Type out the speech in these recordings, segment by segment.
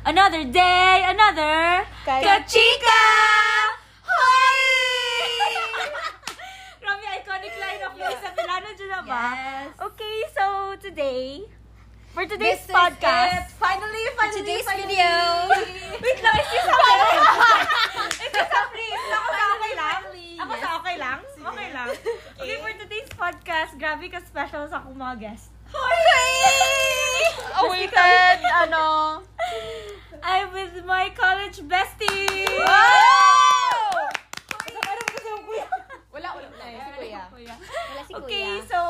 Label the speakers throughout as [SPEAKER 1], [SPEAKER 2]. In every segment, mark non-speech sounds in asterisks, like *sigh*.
[SPEAKER 1] Another day, another...
[SPEAKER 2] Kay-
[SPEAKER 1] Kachika! Hoy! *laughs* Grabe, iconic line of voice na Pilano dyan na ba?
[SPEAKER 2] Yes.
[SPEAKER 1] Okay, so today, for today's
[SPEAKER 2] This is
[SPEAKER 1] podcast...
[SPEAKER 2] it. Finally, finally,
[SPEAKER 1] today's
[SPEAKER 2] finally.
[SPEAKER 1] video. *laughs* Wait lang, is this okay? *laughs* is this okay? Ako sa okay lang?
[SPEAKER 2] Finally,
[SPEAKER 1] Ako sa okay lang? Okay lang. *laughs* Okay, for today's podcast, grabe ka special sa akong mga guest.
[SPEAKER 2] Awaited, ano.
[SPEAKER 1] I'm with my college bestie!
[SPEAKER 2] Wala ulit na eh, si Kuya.
[SPEAKER 3] Wala si
[SPEAKER 1] Okay,
[SPEAKER 3] Kuya.
[SPEAKER 1] so,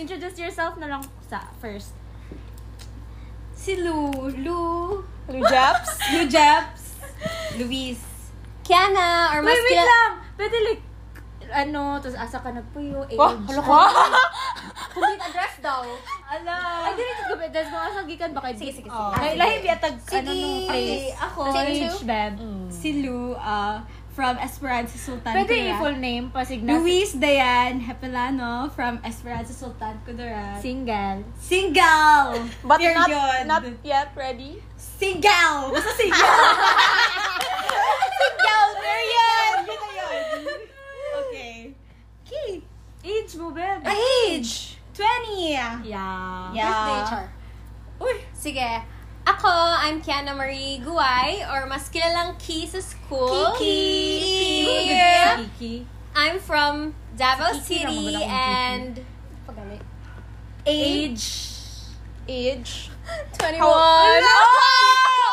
[SPEAKER 1] introduce yourself na lang sa first.
[SPEAKER 3] Si Lulu.
[SPEAKER 2] Blue Japs.
[SPEAKER 1] *laughs*
[SPEAKER 3] Lu Japs. Luis. Kiana, or mas
[SPEAKER 1] Wait, wait lang! Pwede like, ano, tapos asa ka nagpuyo, age.
[SPEAKER 2] Wah, hala ka.
[SPEAKER 3] Complete address *laughs* daw.
[SPEAKER 1] Ala! Ay, dili ito gabi. Tapos mga sagikan baka
[SPEAKER 3] Sige, sige, sige.
[SPEAKER 2] Oh.
[SPEAKER 3] Ah,
[SPEAKER 1] Ay,
[SPEAKER 3] sige.
[SPEAKER 1] lahi biya tag, ano
[SPEAKER 3] Sige.
[SPEAKER 1] nung
[SPEAKER 3] Okay,
[SPEAKER 1] place.
[SPEAKER 3] ako,
[SPEAKER 1] Tapos
[SPEAKER 3] si ah,
[SPEAKER 1] age,
[SPEAKER 3] Lu.
[SPEAKER 1] babe.
[SPEAKER 4] Si Lou, uh, from Esperanza Sultan,
[SPEAKER 1] Pwede
[SPEAKER 4] Kudarat.
[SPEAKER 1] i-full name, pasignas.
[SPEAKER 4] Luis Dayan Hepelano from Esperanza Sultan, Kudarat.
[SPEAKER 1] Single.
[SPEAKER 4] single!
[SPEAKER 2] But
[SPEAKER 4] You're
[SPEAKER 2] not,
[SPEAKER 4] good.
[SPEAKER 2] not yet ready.
[SPEAKER 4] Single!
[SPEAKER 3] *laughs*
[SPEAKER 4] Basta single!
[SPEAKER 2] Ikaw, Marian!
[SPEAKER 4] Yun na yun. Okay. Okay.
[SPEAKER 1] Age mo, babe.
[SPEAKER 4] Age!
[SPEAKER 1] Yeah.
[SPEAKER 4] 20! Yeah.
[SPEAKER 3] Birthday char.
[SPEAKER 4] Uy!
[SPEAKER 3] Sige. Ako, I'm Kiana Marie Guay, or mas kilalang Ki sa school.
[SPEAKER 4] Kiki!
[SPEAKER 3] Kiki!
[SPEAKER 1] Kiki.
[SPEAKER 3] I'm from Davao
[SPEAKER 1] Si Kiki lang, wala
[SPEAKER 3] City,
[SPEAKER 1] akong Kiki.
[SPEAKER 3] and... Pagali.
[SPEAKER 1] Age.
[SPEAKER 2] Age.
[SPEAKER 3] 21.
[SPEAKER 2] How old?
[SPEAKER 3] Oh!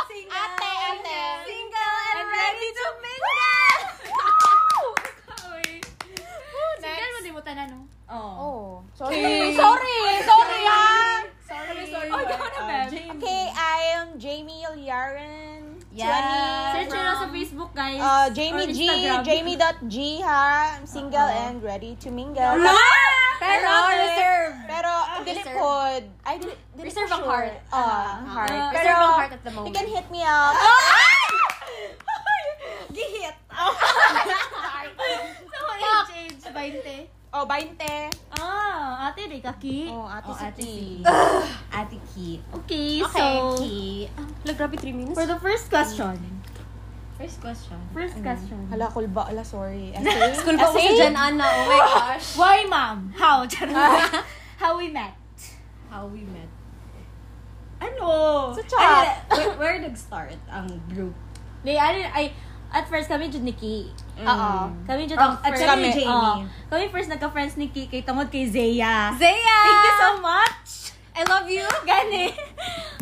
[SPEAKER 4] Single!
[SPEAKER 3] Ate, ate.
[SPEAKER 4] Single and ready to
[SPEAKER 3] Next.
[SPEAKER 1] Single mo, di mo tanan, no?
[SPEAKER 4] Oh.
[SPEAKER 2] Oh. Sorry. *laughs* Sorry. Sorry, ha.
[SPEAKER 4] Sorry, sorry.
[SPEAKER 1] ah! Oh, ikaw na, babe.
[SPEAKER 2] Okay, I am Jamie Ilyarin.
[SPEAKER 4] Yeah.
[SPEAKER 2] 20.
[SPEAKER 1] Search nyo lang sa Facebook, guys.
[SPEAKER 2] Uh, Jamie
[SPEAKER 1] Or
[SPEAKER 2] G,
[SPEAKER 1] Instagram.
[SPEAKER 2] Jamie.G ha. I'm single
[SPEAKER 3] Uh-huh.
[SPEAKER 2] and ready to mingle.
[SPEAKER 4] Pero, reserve.
[SPEAKER 2] Pero, ang
[SPEAKER 3] Uh, reserve.
[SPEAKER 2] dilikod. Ay, dili, dili
[SPEAKER 3] Reserve
[SPEAKER 2] ko
[SPEAKER 3] ang
[SPEAKER 2] sure.
[SPEAKER 3] heart. Uh-huh.
[SPEAKER 2] Ah, ang heart.
[SPEAKER 1] Ah,
[SPEAKER 2] Pero,
[SPEAKER 3] reserve ang heart Ah! at the
[SPEAKER 2] You
[SPEAKER 3] moment.
[SPEAKER 2] can hit me up.
[SPEAKER 4] Gihit.
[SPEAKER 1] So, age, age, 20.
[SPEAKER 2] Oh, 20.
[SPEAKER 1] Ah, ate Rikaki.
[SPEAKER 2] Oh, ate
[SPEAKER 4] Oh,
[SPEAKER 2] si
[SPEAKER 4] ate
[SPEAKER 2] T.
[SPEAKER 4] si- Ate Ki.
[SPEAKER 1] Okay,
[SPEAKER 3] Okay,
[SPEAKER 1] so,
[SPEAKER 3] Ki.
[SPEAKER 4] Look, grabe 3 minutes.
[SPEAKER 1] for the first question.
[SPEAKER 4] First question.
[SPEAKER 1] First question.
[SPEAKER 2] Hala, kulba. Ala, sorry. Essay?
[SPEAKER 3] School ba ako
[SPEAKER 2] Essay?
[SPEAKER 3] sa Jan Anna? Oh my gosh.
[SPEAKER 1] Why, ma'am? How? *laughs* Charot. How we met?
[SPEAKER 4] How we met.
[SPEAKER 1] Ano?
[SPEAKER 2] Sa
[SPEAKER 1] *laughs*
[SPEAKER 2] chat.
[SPEAKER 4] Ay, *laughs* where, where nag-start ang group?
[SPEAKER 1] Ay, ano, ay, at first kami dyan ni Ki.
[SPEAKER 2] Oo.
[SPEAKER 1] Kami dyan
[SPEAKER 4] Oh,
[SPEAKER 1] ang Ah.
[SPEAKER 4] at
[SPEAKER 1] first.
[SPEAKER 4] saka ni Jamie.
[SPEAKER 1] Oo. kami first nagka-friends ni Ki kay tungod kay Zaya.
[SPEAKER 3] Zaya!
[SPEAKER 1] *laughs* Thank you so much!
[SPEAKER 3] I love you.
[SPEAKER 1] *laughs* Gani.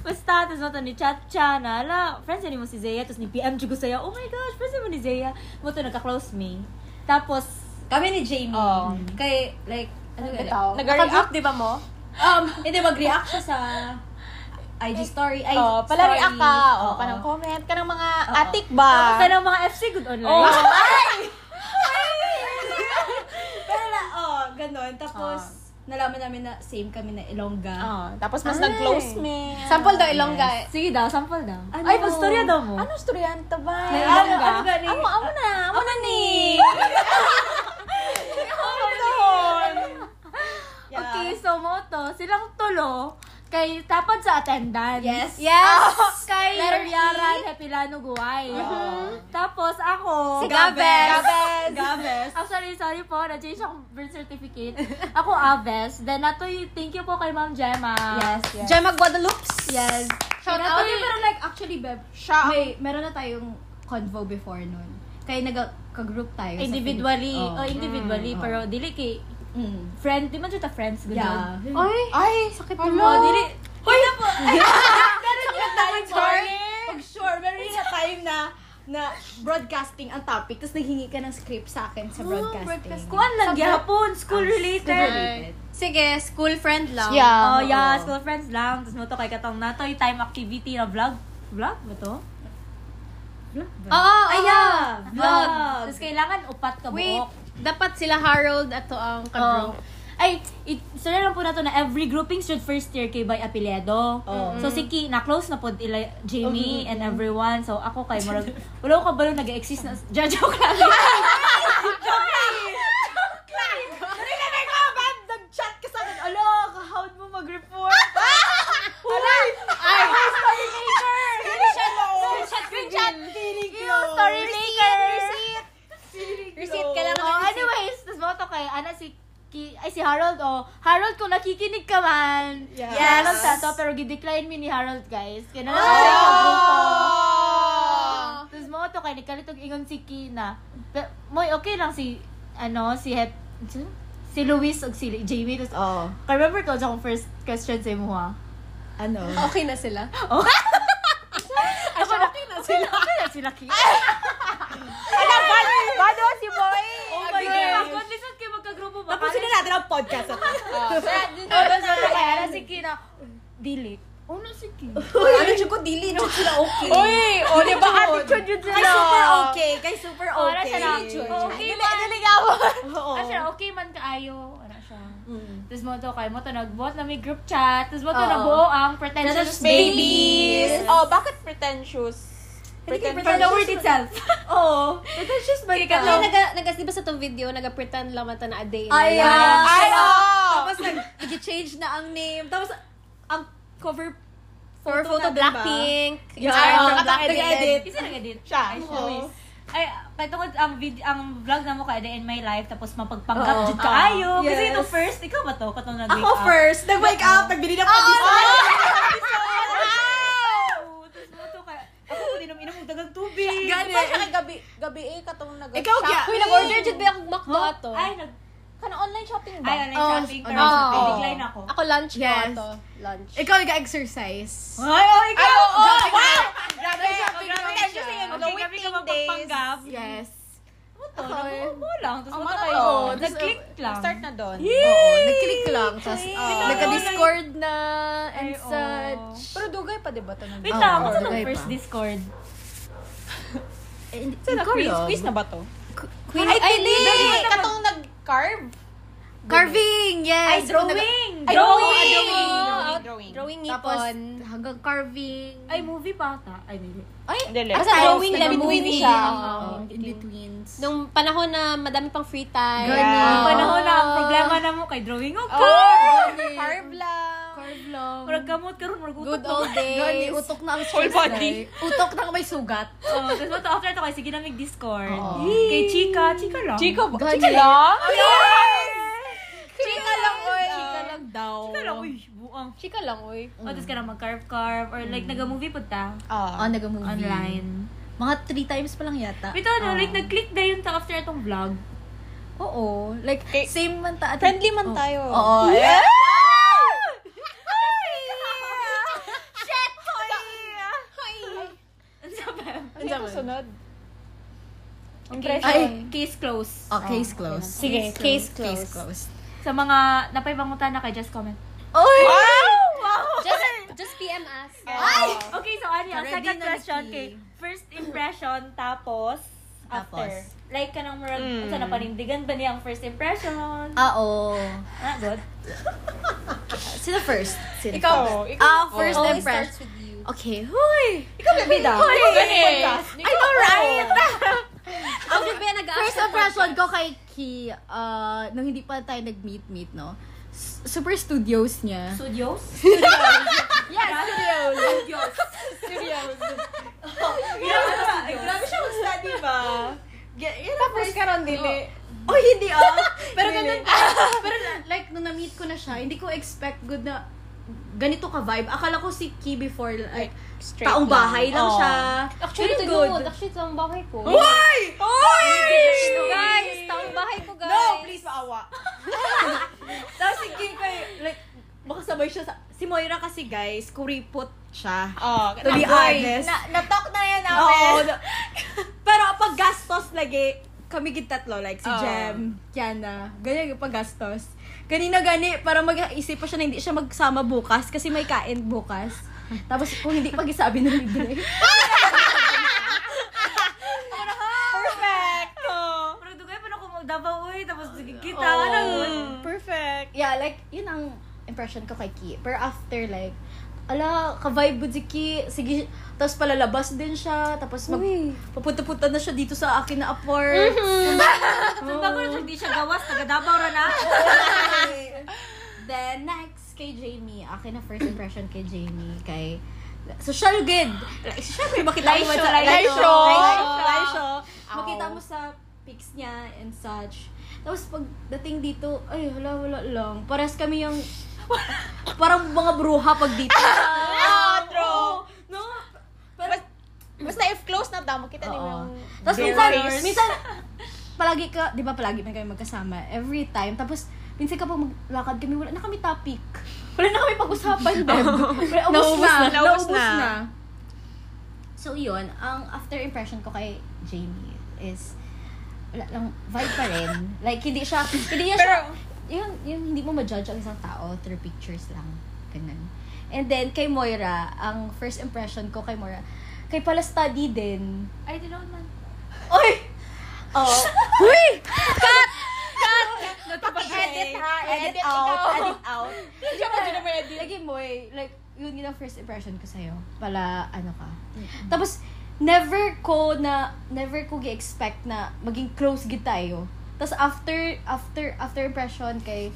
[SPEAKER 1] Basta, tapos mato ni Chacha na, ala, friends ni mo si Zaya, tapos ni PM Jugo sa'yo, oh my gosh, friends ni mo ni Zaya. Mato, nagka-close me. Tapos,
[SPEAKER 4] Kami ni Jamie.
[SPEAKER 2] Oo.
[SPEAKER 4] Kay, like, ano
[SPEAKER 3] Bitaw.
[SPEAKER 4] yun?
[SPEAKER 2] Nag-react, di ba mo?
[SPEAKER 4] Um, hindi, mag-react siya sa IG story. Ay,
[SPEAKER 2] Oh, pala react ka.
[SPEAKER 4] stories.
[SPEAKER 2] Oh,
[SPEAKER 4] Oo.
[SPEAKER 2] parang comment ka ng mga
[SPEAKER 4] Oo.
[SPEAKER 2] atik ba?
[SPEAKER 1] tapos na ng mga FC Good
[SPEAKER 2] Oh,
[SPEAKER 1] *laughs* Online. *laughs*
[SPEAKER 4] Pero na, oh, ganun. Tapos, Ah. nalaman namin na same kami na Ilongga.
[SPEAKER 2] Ah.
[SPEAKER 1] Oo.
[SPEAKER 2] tapos mas
[SPEAKER 3] Ay.
[SPEAKER 2] nag-close me.
[SPEAKER 3] Sample daw Ilongga.
[SPEAKER 1] Sige daw, sample daw.
[SPEAKER 4] Ano?
[SPEAKER 1] Ay, pag-storya daw mo.
[SPEAKER 2] Ano estudyante ba? Ano
[SPEAKER 4] May ilongga?
[SPEAKER 2] ba?
[SPEAKER 4] Ano ba ni-
[SPEAKER 2] Amo, amo na. Amo na ni.
[SPEAKER 4] Yeah.
[SPEAKER 1] Okay, so mo to, silang tulo, kay tapad sa attendance.
[SPEAKER 4] Yes.
[SPEAKER 3] Yes!
[SPEAKER 1] Kay
[SPEAKER 3] Letter E.
[SPEAKER 1] Yaran Hepilano Guay.
[SPEAKER 4] Oo.
[SPEAKER 1] Uh-huh. Tapos ako,
[SPEAKER 3] Si Gabes.
[SPEAKER 2] Gabes.
[SPEAKER 4] Gabes.
[SPEAKER 1] Actually, sorry po, na-change akong birth certificate. *laughs* Ako, Aves. Then, nato thank you po kay Ma'am Gemma.
[SPEAKER 4] Yes.
[SPEAKER 2] Gemma Guadalupe.
[SPEAKER 4] Yes.
[SPEAKER 3] Shout
[SPEAKER 4] Pero,
[SPEAKER 3] out.
[SPEAKER 4] Hindi, pero like, actually, Beb,
[SPEAKER 2] Siya ang-
[SPEAKER 4] may, meron na tayong convo before nun. Kaya nag-group tayo. sa
[SPEAKER 1] Individually, oh,
[SPEAKER 4] Philippines.
[SPEAKER 1] individually,
[SPEAKER 4] Mm.
[SPEAKER 1] pero dili kay
[SPEAKER 4] Oh. Mm.
[SPEAKER 1] friend, di man dito friends, ganun.
[SPEAKER 4] Yeah.
[SPEAKER 3] Oy!
[SPEAKER 2] Ay, sakit
[SPEAKER 1] Hello, dili,
[SPEAKER 4] Meron tayong
[SPEAKER 2] Sorry.
[SPEAKER 4] Pag Oh, sure, meron na time na na broadcasting ang topic, tapos naghingi ka ng script sa akin sa Oh, broadcasting.
[SPEAKER 3] broadcasting.
[SPEAKER 1] kuan lang gyapon, school related.
[SPEAKER 4] Related.
[SPEAKER 3] Sige, school friend lang.
[SPEAKER 2] Yeah.
[SPEAKER 1] Oh, yeah, school friends lang. Tapos mo to kay katong natoy time activity na vlog. Vlog ba to? Vlog ba?
[SPEAKER 3] Oo, oh,
[SPEAKER 4] Ay, yeah.
[SPEAKER 3] Vlog.
[SPEAKER 1] Tapos kailangan upat ka
[SPEAKER 3] Wait,
[SPEAKER 1] buok.
[SPEAKER 3] dapat sila Harold at to ang
[SPEAKER 1] Oh.
[SPEAKER 3] ka-group.
[SPEAKER 1] Ay, it, sorry lang po na to na every grouping should first tier kay by apelyedo.
[SPEAKER 2] Oh.
[SPEAKER 4] Oo.
[SPEAKER 1] So
[SPEAKER 2] Mm.
[SPEAKER 1] si Ki, na-close na po ila Jamie and everyone. So ako kay Morag,
[SPEAKER 2] *laughs*
[SPEAKER 1] wala ko kabalo nag-exist na, Ja, joke lang.
[SPEAKER 2] Narinig ko, bad, nag-chat ka sa akin. Alo,
[SPEAKER 1] *laughs*
[SPEAKER 2] kahawad mo mag-report. Wala! Ay! Ay! Ay! Ay! Ay!
[SPEAKER 1] Oh, oh. kung nakikinig ka man,
[SPEAKER 4] Yes.
[SPEAKER 1] yes. sa to, pero gidecline mi ni Harold, guys. Kaya nalang oh! grupo. Ah! Tapos mo to, kay kalitog ingon si Kina. Pero, mo'y okay lang si, ano, si Hep, si Luis o si Jamie. Tapos,
[SPEAKER 2] Oo.
[SPEAKER 1] remember ko, akong first question sa imo, ha?
[SPEAKER 2] *laughs* Ano?
[SPEAKER 3] Okay na sila.
[SPEAKER 1] Ako na, okay na sila. Okay na sila, Kina.
[SPEAKER 2] Ano ba? Bado si boy!
[SPEAKER 1] Oh
[SPEAKER 2] my God.
[SPEAKER 1] Kung lisod kayo magkagrupo ba?
[SPEAKER 2] Tapusin na natin ang podcast.
[SPEAKER 3] Oh, Brad, dun
[SPEAKER 1] Oh, tapos wala kaya na si Kina. Delete. Oh, na si Kina.
[SPEAKER 2] Uy, ano siya ko? Dili, siya sila okay.
[SPEAKER 4] Oh,
[SPEAKER 3] Uy! O, di ba?
[SPEAKER 1] Attitude yun
[SPEAKER 2] Kay super okay. Kay super
[SPEAKER 1] Oh,
[SPEAKER 2] okay.
[SPEAKER 1] wala siya na. Okay man.
[SPEAKER 2] Oo.
[SPEAKER 1] Ah, siya, okay man kaayo. Ano siya.
[SPEAKER 2] Mm.
[SPEAKER 1] Tapos mo to, kay mo to nagbuhat na may group chat. Tapos mo to
[SPEAKER 3] Oo.
[SPEAKER 1] nabuo ang pretentious babies.
[SPEAKER 5] Oh, bakit pretentious? Pretend-
[SPEAKER 1] From the word itself.
[SPEAKER 2] Oo.
[SPEAKER 1] pretentious ba
[SPEAKER 3] Kasi
[SPEAKER 1] ikaw?
[SPEAKER 3] naga, naga, di ba sa tong video, naga-pretend lang mata na a day.
[SPEAKER 4] Ay,
[SPEAKER 3] na lang.
[SPEAKER 4] ah.
[SPEAKER 2] Ay,
[SPEAKER 5] oh!
[SPEAKER 2] oo!
[SPEAKER 4] Tapos nag-change na ang name. Tapos ang cover
[SPEAKER 3] For
[SPEAKER 4] photo
[SPEAKER 3] photo,
[SPEAKER 4] na,
[SPEAKER 3] Blackpink.
[SPEAKER 2] Yeah. Ah,
[SPEAKER 3] Ay, from
[SPEAKER 2] naka-
[SPEAKER 3] Blackpink.
[SPEAKER 2] nag-edit.
[SPEAKER 1] Isa nag-edit.
[SPEAKER 2] Siya.
[SPEAKER 1] Ay, siya. Ay, katungod ang video, ang vlog na mo ka, eh, in my life, tapos mapagpanggap
[SPEAKER 2] Oo.
[SPEAKER 1] jud kaayo. Kasi
[SPEAKER 4] Yes.
[SPEAKER 1] ito first, ikaw ba to? Katong nag-wake
[SPEAKER 2] Ako first, nag-wake up, nagbili ng pandesal.
[SPEAKER 1] Oo, Tapos mo to kay, ako ko inom-inom og dagang tubig.
[SPEAKER 5] Di ba siya kagabi, gabi eh, katong nag-
[SPEAKER 2] Ikaw,
[SPEAKER 5] shop?
[SPEAKER 2] Gia.
[SPEAKER 3] Uy, nag-order jud ba akong McDo
[SPEAKER 1] Huh?
[SPEAKER 3] ato?
[SPEAKER 1] Ay, nag
[SPEAKER 5] *laughs* Kana online shopping ba?
[SPEAKER 1] ay online
[SPEAKER 4] Oh,
[SPEAKER 1] shopping pero
[SPEAKER 3] online
[SPEAKER 1] oh,
[SPEAKER 3] shopping.
[SPEAKER 1] decline ako.
[SPEAKER 3] Ako lunch ko
[SPEAKER 4] Yes.
[SPEAKER 3] ato. Lunch.
[SPEAKER 4] Ikaw nag-exercise.
[SPEAKER 1] Ay, oh, ikaw.
[SPEAKER 2] Ay, oo,
[SPEAKER 1] oh,
[SPEAKER 2] wow!
[SPEAKER 1] Grabe, grabe, grabe.
[SPEAKER 2] daw siya.
[SPEAKER 1] Okay, grabe ka mapagpanggap.
[SPEAKER 4] Yes.
[SPEAKER 1] Ano to?
[SPEAKER 3] eh.
[SPEAKER 1] Nabuo lang. Tapos
[SPEAKER 5] Ang
[SPEAKER 1] mo
[SPEAKER 5] mga
[SPEAKER 1] kayo.
[SPEAKER 5] to.
[SPEAKER 1] Nag-click lang.
[SPEAKER 5] Start na doon.
[SPEAKER 4] Oo, nag-click lang. ah, Tapos
[SPEAKER 2] Ay,
[SPEAKER 4] nagka-discord na and
[SPEAKER 1] Ay, oo.
[SPEAKER 4] such.
[SPEAKER 5] Pero dugay pa, di ba? to nag-
[SPEAKER 1] oh. Wait
[SPEAKER 4] Oo,
[SPEAKER 1] lang, ako sa
[SPEAKER 4] dugay
[SPEAKER 1] nung
[SPEAKER 4] pa.
[SPEAKER 1] first Discord.
[SPEAKER 4] Eh,
[SPEAKER 5] Sila,
[SPEAKER 4] Ikaw
[SPEAKER 5] quiz,
[SPEAKER 4] yun.
[SPEAKER 5] quiz na ba to?
[SPEAKER 3] Queen,
[SPEAKER 5] Ay,
[SPEAKER 3] ay,
[SPEAKER 5] hindi! Katong nag-carve?
[SPEAKER 4] Carving!
[SPEAKER 1] Ay,
[SPEAKER 4] Yes!
[SPEAKER 1] drawing! Drawing!
[SPEAKER 5] Ay, drawing!
[SPEAKER 3] Oh,
[SPEAKER 5] Ah, Drawing!
[SPEAKER 3] Drawing
[SPEAKER 4] Tapos
[SPEAKER 3] ngipon.
[SPEAKER 4] hanggang carving.
[SPEAKER 1] Ay, movie pa ata. Ay, hindi.
[SPEAKER 3] Ay,
[SPEAKER 5] Dili.
[SPEAKER 3] basta
[SPEAKER 5] Ay,
[SPEAKER 3] drawing
[SPEAKER 5] basta
[SPEAKER 3] lang
[SPEAKER 5] between
[SPEAKER 3] movie.
[SPEAKER 5] siya. Ah.
[SPEAKER 3] Oo.
[SPEAKER 4] in betweens.
[SPEAKER 3] Nung panahon na madami pang free time.
[SPEAKER 4] Ganun.
[SPEAKER 1] Ang
[SPEAKER 4] Oo.
[SPEAKER 1] panahon na, ang problema na mo kay drawing o ka.
[SPEAKER 5] Carve lang!
[SPEAKER 4] Carve lang.
[SPEAKER 1] Murag gamot karon murag utok.
[SPEAKER 3] Good old
[SPEAKER 4] Gani,
[SPEAKER 3] days.
[SPEAKER 4] utok na ang
[SPEAKER 5] Whole
[SPEAKER 4] stress
[SPEAKER 5] body.
[SPEAKER 4] na. eh. Utok na may sugat.
[SPEAKER 1] Oh, tapos mo to after to kay sige na mig Discord.
[SPEAKER 4] Oo.
[SPEAKER 1] Kay Chika, Chika lang.
[SPEAKER 5] Chico ba?
[SPEAKER 4] Gani.
[SPEAKER 5] Chica lang?
[SPEAKER 3] Chika lang, oy.
[SPEAKER 4] Chika lang daw.
[SPEAKER 1] Chika lang, uy, buang.
[SPEAKER 3] Chika lang, oy.
[SPEAKER 1] Oh, tapos ka na mag-carve-carve or like naga-movie po ta.
[SPEAKER 5] Ah.
[SPEAKER 4] Oh, nag-movie.
[SPEAKER 1] Online.
[SPEAKER 4] Mga three times pa lang yata.
[SPEAKER 1] Ito no, like nag-click na yun ta after itong *laughs* vlog.
[SPEAKER 4] Oo. Like,
[SPEAKER 5] Okay.
[SPEAKER 4] same man ta.
[SPEAKER 5] Friendly man
[SPEAKER 4] Oo.
[SPEAKER 5] tayo.
[SPEAKER 4] Oo.
[SPEAKER 5] Yeah! Ano yung sunod?
[SPEAKER 4] Ay.
[SPEAKER 1] Case close.
[SPEAKER 4] Oh, case closed.
[SPEAKER 1] Sige, case
[SPEAKER 4] Case
[SPEAKER 1] close.
[SPEAKER 4] closed.
[SPEAKER 1] Sa mga napaibangutan na kay just comment.
[SPEAKER 3] Just, just PM us.
[SPEAKER 4] Ah,
[SPEAKER 1] Okay, so ano yung
[SPEAKER 4] Ready
[SPEAKER 1] second
[SPEAKER 4] na
[SPEAKER 1] question
[SPEAKER 4] ni
[SPEAKER 1] kay first *laughs* impression tapos after.
[SPEAKER 4] Tapos.
[SPEAKER 1] Like kanang murag
[SPEAKER 5] Mm.
[SPEAKER 1] unsa napanindigan ba niya ang first impression?
[SPEAKER 4] Ah, oo.
[SPEAKER 1] Ah, good.
[SPEAKER 4] Sino first? Sino
[SPEAKER 5] Ikaw.
[SPEAKER 4] first?
[SPEAKER 5] Ikaw.
[SPEAKER 4] Ah, first
[SPEAKER 3] Always
[SPEAKER 4] impression.
[SPEAKER 3] starts with you.
[SPEAKER 4] Okay, huy!
[SPEAKER 2] Ikaw, bebida.
[SPEAKER 4] Hoy!
[SPEAKER 2] Ikaw, bebida.
[SPEAKER 4] I know,
[SPEAKER 3] *laughs*
[SPEAKER 4] right?
[SPEAKER 3] Ako ba yung nag-ask?
[SPEAKER 4] First impression ko kay Ki, uh, nung hindi pa tayo nag-meet-meet, no? S- Super studios niya.
[SPEAKER 1] Studios?
[SPEAKER 2] Ay, Grabe siya mag-study ba?
[SPEAKER 5] Tapos ka ron, dili.
[SPEAKER 2] Oh, hindi ah.
[SPEAKER 4] Pero ganun, pero na- like, nung na-meet ko na siya, hindi ko expect good na ganito ka vibe. Akala ko si Ki before, like,
[SPEAKER 5] Straight
[SPEAKER 4] taong bahay lang Oh.
[SPEAKER 2] Oo.
[SPEAKER 4] siya.
[SPEAKER 3] Actually,
[SPEAKER 4] Very
[SPEAKER 3] ito
[SPEAKER 4] good.
[SPEAKER 3] good. Actually, ito ang bahay ko.
[SPEAKER 2] Hoy! Hoy!
[SPEAKER 3] Guys, ito ang bahay ko, guys.
[SPEAKER 2] No, please, maawa. Tapos si Kim kay, like, makasabay siya sa... Si Moira kasi, guys, kuripot siya.
[SPEAKER 5] Oh,
[SPEAKER 2] To be honest.
[SPEAKER 5] Na, na-talk na yan
[SPEAKER 2] Oo.
[SPEAKER 5] namin.
[SPEAKER 2] na- *laughs* Pero pag gastos lagi, kami gitatlo, like si
[SPEAKER 5] Oo.
[SPEAKER 2] Jem, Kiana, ganyan yung paggastos. Kanina gani, para mag-isip pa siya na hindi siya magsama bukas kasi may kain bukas. Tapos kung hindi pag isabi na libre.
[SPEAKER 5] Perfect. Oh.
[SPEAKER 1] Murag dugay pa na ko mag Davao uy, tapos sige kita
[SPEAKER 4] Oo.
[SPEAKER 1] ano good.
[SPEAKER 5] Perfect.
[SPEAKER 4] Yeah, like, yun ang impression ko kay Ki. Pero after, like, ala, ka-vibe good si Ki. Sige, tapos palalabas din siya. Tapos mag, papunta-punta na siya dito sa akin na apart.
[SPEAKER 2] Mm-hmm.
[SPEAKER 1] Sa bago na siya, di siya gawas, taga Davao ra na.
[SPEAKER 4] Then, next, kay Jamie. Akin na first impression kay Jamie. Kay, social good. Like, syempre, makita mo
[SPEAKER 1] Laisyo,
[SPEAKER 4] sa-
[SPEAKER 1] laisyo.
[SPEAKER 4] Laisyo.
[SPEAKER 1] Laisyo.
[SPEAKER 4] Makita mo sa pics niya and such. Tapos pagdating dito, ay, wala, wala lang. Paras kami yung, parang mga bruha pag dito.
[SPEAKER 5] Ah, true.
[SPEAKER 4] no?
[SPEAKER 5] Bas- Basta if close na damo, kita niyo
[SPEAKER 4] Oo.
[SPEAKER 5] yung...
[SPEAKER 4] Tapos
[SPEAKER 5] Their
[SPEAKER 4] minsan,
[SPEAKER 5] face.
[SPEAKER 4] minsan, palagi ka, di ba palagi na kayo magkasama? Every time. Tapos, minsan kapag maglakad kami, wala na kami topic. Wala na kami pag-usapan,
[SPEAKER 1] *laughs*
[SPEAKER 4] Beb. Wala, ubos
[SPEAKER 5] Naubos
[SPEAKER 4] na.
[SPEAKER 5] na, naubos
[SPEAKER 4] naubos
[SPEAKER 5] na.
[SPEAKER 4] na. So, yun. Ang after impression ko kay Jamie is, wala lang, vibe pa rin. Like, hindi siya, hindi niya siya, yun, yun, hindi mo ma-judge ang isang tao through pictures lang. Ganun. And then, kay Moira, ang first impression ko kay Moira, kay pala study din.
[SPEAKER 1] Ay, di naman. man.
[SPEAKER 4] Oy! Oo.
[SPEAKER 5] Edit ha,
[SPEAKER 4] edit out, edit out. Hindi mo din edit. Lagi mo eh, like, yun yun ang first impression ko sa'yo. Pala, ano ka. Tapos, never ko na, never ko gi-expect na maging close gid tayo. Tapos after, after, after impression kay,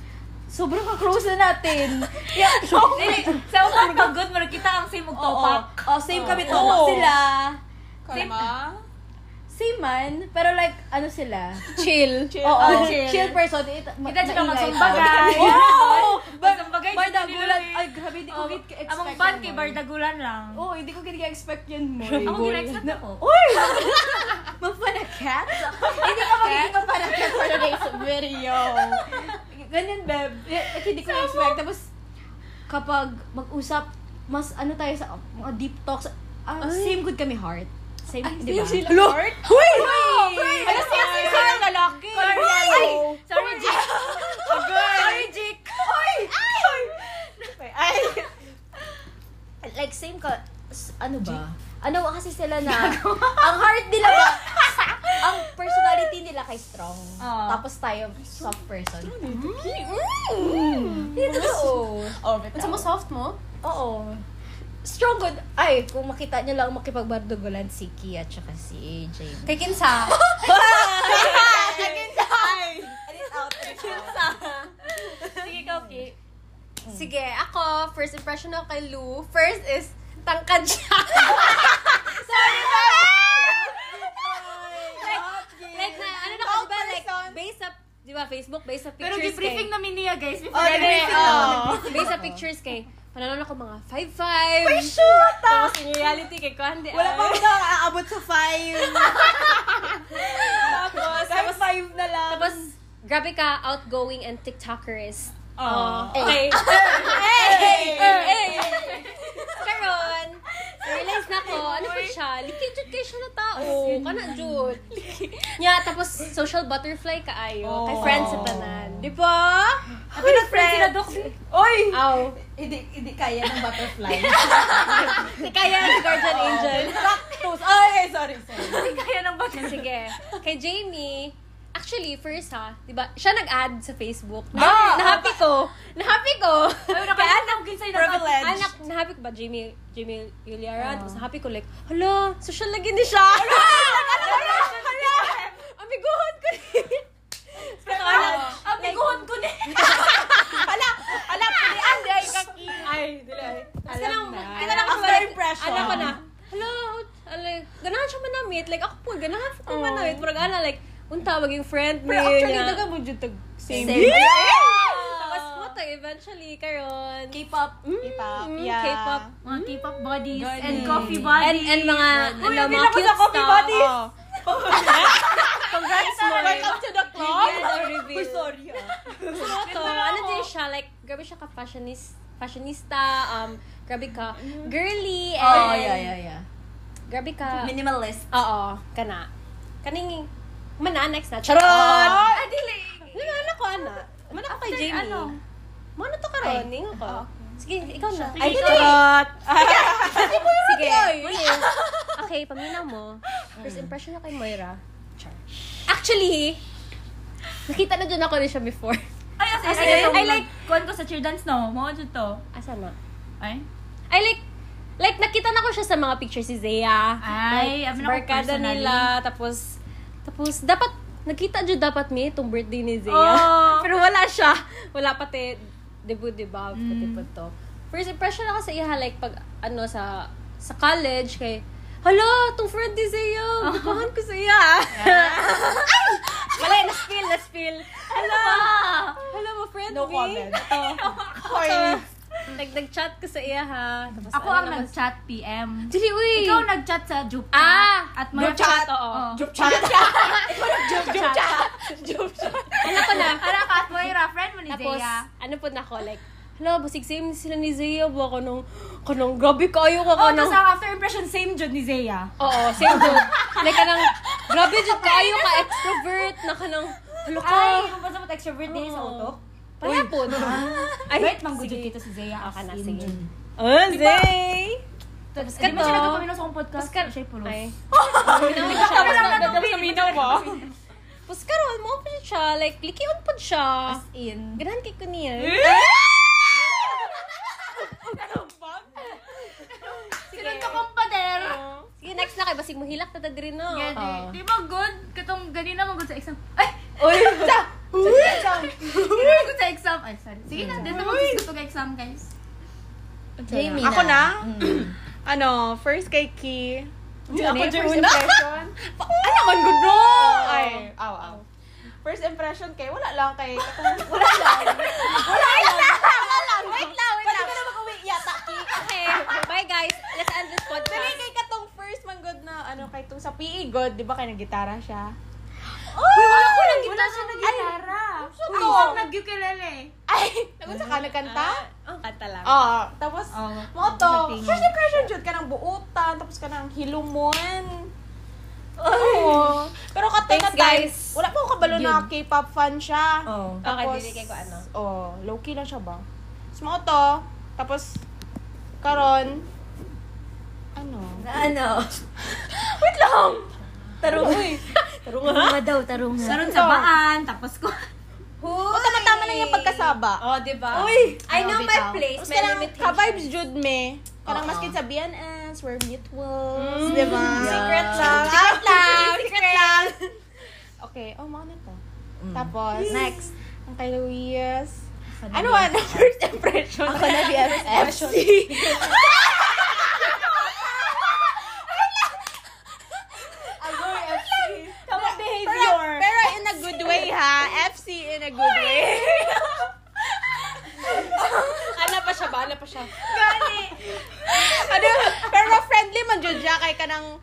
[SPEAKER 4] sobrang ka-close na *laughs* natin. oh, yeah,
[SPEAKER 1] Dili, sa mga pagod, marag kita ang same
[SPEAKER 4] Oo,
[SPEAKER 1] magtopak.
[SPEAKER 4] Oh, same kami,
[SPEAKER 5] Oo.
[SPEAKER 4] topak sila.
[SPEAKER 5] Kalma.
[SPEAKER 4] Same man, pero like, ano sila?
[SPEAKER 2] Chill.
[SPEAKER 5] Chill.
[SPEAKER 4] Oo,
[SPEAKER 1] Oh,
[SPEAKER 4] chill.
[SPEAKER 1] chill.
[SPEAKER 4] person. It, ma-
[SPEAKER 1] Kita dyan ang
[SPEAKER 4] maingay pa.
[SPEAKER 1] magsumbagay.
[SPEAKER 4] *laughs*
[SPEAKER 1] *laughs*
[SPEAKER 4] Wow!
[SPEAKER 1] Magsumbagay dyan
[SPEAKER 4] Bardagulan.
[SPEAKER 1] ni Luis.
[SPEAKER 4] Ay, grabe, hindi ko
[SPEAKER 1] Oh,
[SPEAKER 4] expect
[SPEAKER 1] Among band kay Bardagulan lang.
[SPEAKER 4] Oo, hindi ko kini-expect yun mo.
[SPEAKER 1] Ako gina-expect ako.
[SPEAKER 4] Mapana cat? *laughs* hindi ka magiging mapana cat for the next video. Ganyan, beb. Eh, Hindi ko expect. Tapos, kapag mag-usap, mas ano tayo sa mga deep talks. Ah, same good kami heart. Same, di ba?
[SPEAKER 5] Lord?
[SPEAKER 4] Huy!
[SPEAKER 5] Ano siya siya siya ng lalaki?
[SPEAKER 1] Ay! Sorry, Jake. Sorry, Jake.
[SPEAKER 5] Ay!
[SPEAKER 4] like same ka s- ano ba? Ano kasi sila na ang heart nila *laughs* ba? ang personality nila kay strong.
[SPEAKER 1] Oo.
[SPEAKER 4] Tapos tayo soft person. Mm-hmm.
[SPEAKER 5] Oh,
[SPEAKER 2] Unsa mo soft mo?
[SPEAKER 4] Oo. Strong good. Ay, kung makita niyo lang makipagbardugulan si Kia at saka si Jamie.
[SPEAKER 3] Kay *laughs* Kinsa.
[SPEAKER 1] Sige, ikaw, Kay.
[SPEAKER 3] Sige, ako, first impression ako kay Lou. First is, tangkad siya. Sorry, ba? like, na, *laughs* ano na kasi ba, like, based sa, di ba, Facebook, based sa
[SPEAKER 1] Pero
[SPEAKER 3] pictures
[SPEAKER 1] debriefing namin niya, guys. Before
[SPEAKER 5] Oh,
[SPEAKER 1] every
[SPEAKER 5] yeah, oh.
[SPEAKER 3] kay, based sa pictures kay, panalo ako mga 5'5". For sure! Tapos in reality kay Ah, Kwande,
[SPEAKER 5] Wala pa ako aabot sa five. *laughs* Tapos, tapos five na lang.
[SPEAKER 3] Tapos, grabe ka, outgoing and TikTokerist.
[SPEAKER 5] oh.
[SPEAKER 3] Okay.
[SPEAKER 5] Hey!
[SPEAKER 3] Eh, eh. Karon, realize na ko, ano ba siya? Likid jud kayo siya na tao. Kana jud. Nya, tapos social butterfly kaayo. Kay friends sa tanan. Oh. Di ba?
[SPEAKER 5] Happy na friends.
[SPEAKER 1] Sila, Doc.
[SPEAKER 5] Oy!
[SPEAKER 3] Aw.
[SPEAKER 5] Hindi, hindi kaya ng butterfly. *laughs*
[SPEAKER 3] Si Kaya ni Guardian Angel.
[SPEAKER 5] Cactus. Ay, Oh, sorry, sorry.
[SPEAKER 1] Hindi kaya ng bakit.
[SPEAKER 3] Sige. Kay Jamie, Actually, first ha, di ba, siya nag-add sa Facebook.
[SPEAKER 5] Ah!
[SPEAKER 3] Na-happy ko. Na-happy ko.
[SPEAKER 1] Ay, nakalimutan ko kinsay na
[SPEAKER 5] Privilege. Edge.
[SPEAKER 3] Anak, na-happy ko ba, Jamie, Jamie Yuliara? Tapos na-happy ko, like, hala, social lagi ni siya. Hala! *laughs* Hala! Hala! Amiguhon ko ni.
[SPEAKER 1] Ang biguhon ko ni.
[SPEAKER 5] Ay, dili.
[SPEAKER 3] Basta lang,
[SPEAKER 5] Kaya lang
[SPEAKER 3] ako,
[SPEAKER 5] after
[SPEAKER 3] like,
[SPEAKER 5] impression.
[SPEAKER 3] Ano ko na, hala, ala, ganahan siya manamit. Like, ako po, ganahan ko manamit. Parang ana, like, unta, maging friend mo.
[SPEAKER 5] Pero actually,
[SPEAKER 3] nga.
[SPEAKER 5] daga mo dyan tag same.
[SPEAKER 4] Same.
[SPEAKER 3] Tapos mo to, eventually, karon.
[SPEAKER 5] K-pop. K-pop,
[SPEAKER 3] Mm,
[SPEAKER 5] yeah.
[SPEAKER 3] K-pop.
[SPEAKER 1] Mga K-pop bodies and
[SPEAKER 5] Bodies.
[SPEAKER 1] coffee
[SPEAKER 3] And,
[SPEAKER 1] bodies.
[SPEAKER 3] and mga,
[SPEAKER 5] Uy,
[SPEAKER 3] ano,
[SPEAKER 5] hindi
[SPEAKER 3] mga
[SPEAKER 5] ako
[SPEAKER 3] cute
[SPEAKER 5] sa coffee
[SPEAKER 3] stuff.
[SPEAKER 5] body. Oh. *laughs*
[SPEAKER 3] Congrats, Moy.
[SPEAKER 5] Welcome to the club.
[SPEAKER 3] Reveal or reveal?
[SPEAKER 5] *laughs* Uy, sorry. ah.
[SPEAKER 3] to, ano din siya, like, grabe siya ka fashionista, fashionista, um, grabe ka girly, and
[SPEAKER 4] Oh, yeah, yeah, yeah.
[SPEAKER 3] grabe ka,
[SPEAKER 5] Minimalist.
[SPEAKER 3] oo, kana. Kaning, mana next na,
[SPEAKER 5] Oh!
[SPEAKER 3] charot! Ah, dili! Ano, ano ko, ana? Mana ko kay Jamie.
[SPEAKER 1] ano?
[SPEAKER 3] Mana to karon, ningo ko. Sige, ikaw na.
[SPEAKER 1] Sige,
[SPEAKER 5] Ay,
[SPEAKER 1] ikaw.
[SPEAKER 5] charot.
[SPEAKER 3] Sige. *laughs* Okay, paminaw mo. First impression na kay Moira. Char. Actually, nakita na dyan ako rin siya before.
[SPEAKER 1] Ay, as
[SPEAKER 3] As
[SPEAKER 1] in,
[SPEAKER 3] in,
[SPEAKER 1] I
[SPEAKER 3] I
[SPEAKER 1] like,
[SPEAKER 3] like-
[SPEAKER 1] kuhan ko sa cheer dance, no? Mga dyan to.
[SPEAKER 3] Asa na?
[SPEAKER 1] Ay?
[SPEAKER 3] I like, like nakita na ko siya sa mga pictures si Zaya.
[SPEAKER 1] Ay, amin
[SPEAKER 3] like, sa
[SPEAKER 1] ako
[SPEAKER 3] barkada
[SPEAKER 1] personally.
[SPEAKER 3] nila, tapos, tapos, dapat, nakita dyan dapat may itong birthday ni Zaya.
[SPEAKER 1] Oh.
[SPEAKER 3] *laughs* Pero wala siya. Wala pati, debut, diba? Pati po to. First impression ako sa iya, like, pag, ano, sa, sa college, kay, Hala, itong friend ni Zaya, guguhan ko sa iya. Ay! Mali, na-spill, na-spill.
[SPEAKER 1] Ano
[SPEAKER 3] Hala!
[SPEAKER 2] Alam mo, friend
[SPEAKER 3] No
[SPEAKER 2] me.
[SPEAKER 5] *laughs*
[SPEAKER 3] comment.
[SPEAKER 5] Oh. Horny.
[SPEAKER 3] Nag-nag-chat ko sa iya, ha? Tapos,
[SPEAKER 1] Ako
[SPEAKER 3] ano
[SPEAKER 1] ang
[SPEAKER 3] naman-
[SPEAKER 1] nag-chat PM.
[SPEAKER 3] Dili, uy!
[SPEAKER 1] Ikaw nag-chat sa Jupa.
[SPEAKER 3] Ah!
[SPEAKER 1] At mga
[SPEAKER 3] Group chat, oo.
[SPEAKER 5] Oh.
[SPEAKER 1] Oo.
[SPEAKER 2] Joke chat.
[SPEAKER 5] *laughs*
[SPEAKER 3] Ano ko na?
[SPEAKER 1] Ara ka at Moira, friend mo ni
[SPEAKER 3] Tapos,
[SPEAKER 1] Zaya.
[SPEAKER 3] ano po na ako, like, Hala, basig same sila ni Zia ba? Kanong, kanong, grabe kayo ka,
[SPEAKER 1] Oh,
[SPEAKER 3] kanong.
[SPEAKER 1] tapos ang after impression, same jud ni Zaya.
[SPEAKER 3] Oo, same dude. like, kanang, *laughs* grabe jud kayo ka, extrovert, na kanang, hala ka.
[SPEAKER 1] Ay, kung basta mo extrovert din sa utok.
[SPEAKER 3] Para po. Oh. Ay,
[SPEAKER 1] Wait, manggudyo dito si Zaya.
[SPEAKER 3] Okay na,
[SPEAKER 1] As in,
[SPEAKER 3] sige.
[SPEAKER 1] jud.
[SPEAKER 3] Oh, Zay!
[SPEAKER 1] Tapos, eh, di
[SPEAKER 3] Tapos
[SPEAKER 1] ba
[SPEAKER 3] kato-
[SPEAKER 1] siya nagpapaminos akong podcast?
[SPEAKER 3] Tapos ka-
[SPEAKER 1] Siya pulos.
[SPEAKER 3] Ay.
[SPEAKER 1] Di ba kami lang
[SPEAKER 3] Tapos
[SPEAKER 1] natubig?
[SPEAKER 3] *laughs* karon mo pa siya, like, likion po siya.
[SPEAKER 4] As in,
[SPEAKER 3] Ganahan kay ko niya.
[SPEAKER 1] Eh? Sinunod ka kong pader.
[SPEAKER 3] Sige, next na kay basig mo hilak na ta diri no.
[SPEAKER 1] Yeah, di,
[SPEAKER 3] Oo.
[SPEAKER 1] di mo good? Katong ganina mo good sa exam. Ay!
[SPEAKER 3] Oy,
[SPEAKER 1] Ganina mo good sa exam. Ay, sorry. Sige na, dito mo gusto ka exam, guys.
[SPEAKER 4] Jamie
[SPEAKER 5] Ako na? ano, first kay Key. Ako, first impression. *laughs* Oh.
[SPEAKER 3] ano man good no.
[SPEAKER 5] Ay, aw, aw. First impression kay, wala lang kay, *laughs* wala lang.
[SPEAKER 3] Wait lang, wait lang. Pwede na mag-uwi yata. Okay, bye guys. Let's end this
[SPEAKER 5] Pero
[SPEAKER 3] podcast.
[SPEAKER 5] kay katong first man good na, ano, kay tong sa PE good, di ba kay nag-gitara siya?
[SPEAKER 1] Wala ko lang gitara. Wala siya nag-gitara. Uy,
[SPEAKER 5] to?
[SPEAKER 1] isang nag-ukulele.
[SPEAKER 5] Ay, *laughs* nagunsa ka, nagkanta?
[SPEAKER 3] Ang kanta lang.
[SPEAKER 5] Oo, Ah, tapos,
[SPEAKER 3] Oh,
[SPEAKER 1] Oo.
[SPEAKER 5] mo to,
[SPEAKER 1] Nagtingin.
[SPEAKER 5] first impression jud ka ng buutan, tapos ka ng hilumon. Oo. Pero katay na
[SPEAKER 3] Thanks,
[SPEAKER 5] time,
[SPEAKER 3] guys. Oh.
[SPEAKER 5] wala pa ako kabalo na K-pop fan siya.
[SPEAKER 1] Oo.
[SPEAKER 3] Okay, bibigay ko ano.
[SPEAKER 5] Oh, low-key lang siya ba? Tapos mo to, tapos, karon, ano?
[SPEAKER 4] Ano?
[SPEAKER 5] Wait lang!
[SPEAKER 4] Tarungan. Tarungan ba daw? Tarungan.
[SPEAKER 1] Sarun sa baan, tapos ko.
[SPEAKER 5] O tama-tama lang yung pagkasaba.
[SPEAKER 3] Oh, di ba?
[SPEAKER 5] Uy!
[SPEAKER 3] I know my
[SPEAKER 4] bitaw.
[SPEAKER 3] place,
[SPEAKER 5] Tapos
[SPEAKER 3] my
[SPEAKER 5] ka lang,
[SPEAKER 3] limitation.
[SPEAKER 5] ka-vibes jud me. Kanang maski sa BNS, we're mutuals,
[SPEAKER 4] Mm.
[SPEAKER 5] di ba?
[SPEAKER 4] Yeah.
[SPEAKER 5] Secret lang. Diba? Secret lang. Secret lang. okay, oh, mga na to. Tapos,
[SPEAKER 4] Next.
[SPEAKER 5] ang kay Luis. Ano ba na first impression?
[SPEAKER 4] Ako na BFF.
[SPEAKER 5] Agoy, FC. Tama behavior. Pero, pero in a good way, ha? FC in a good way.
[SPEAKER 3] Ano pa siya ba? Ano pa siya?
[SPEAKER 5] Gani. ano, pero friendly man jud siya kay kanang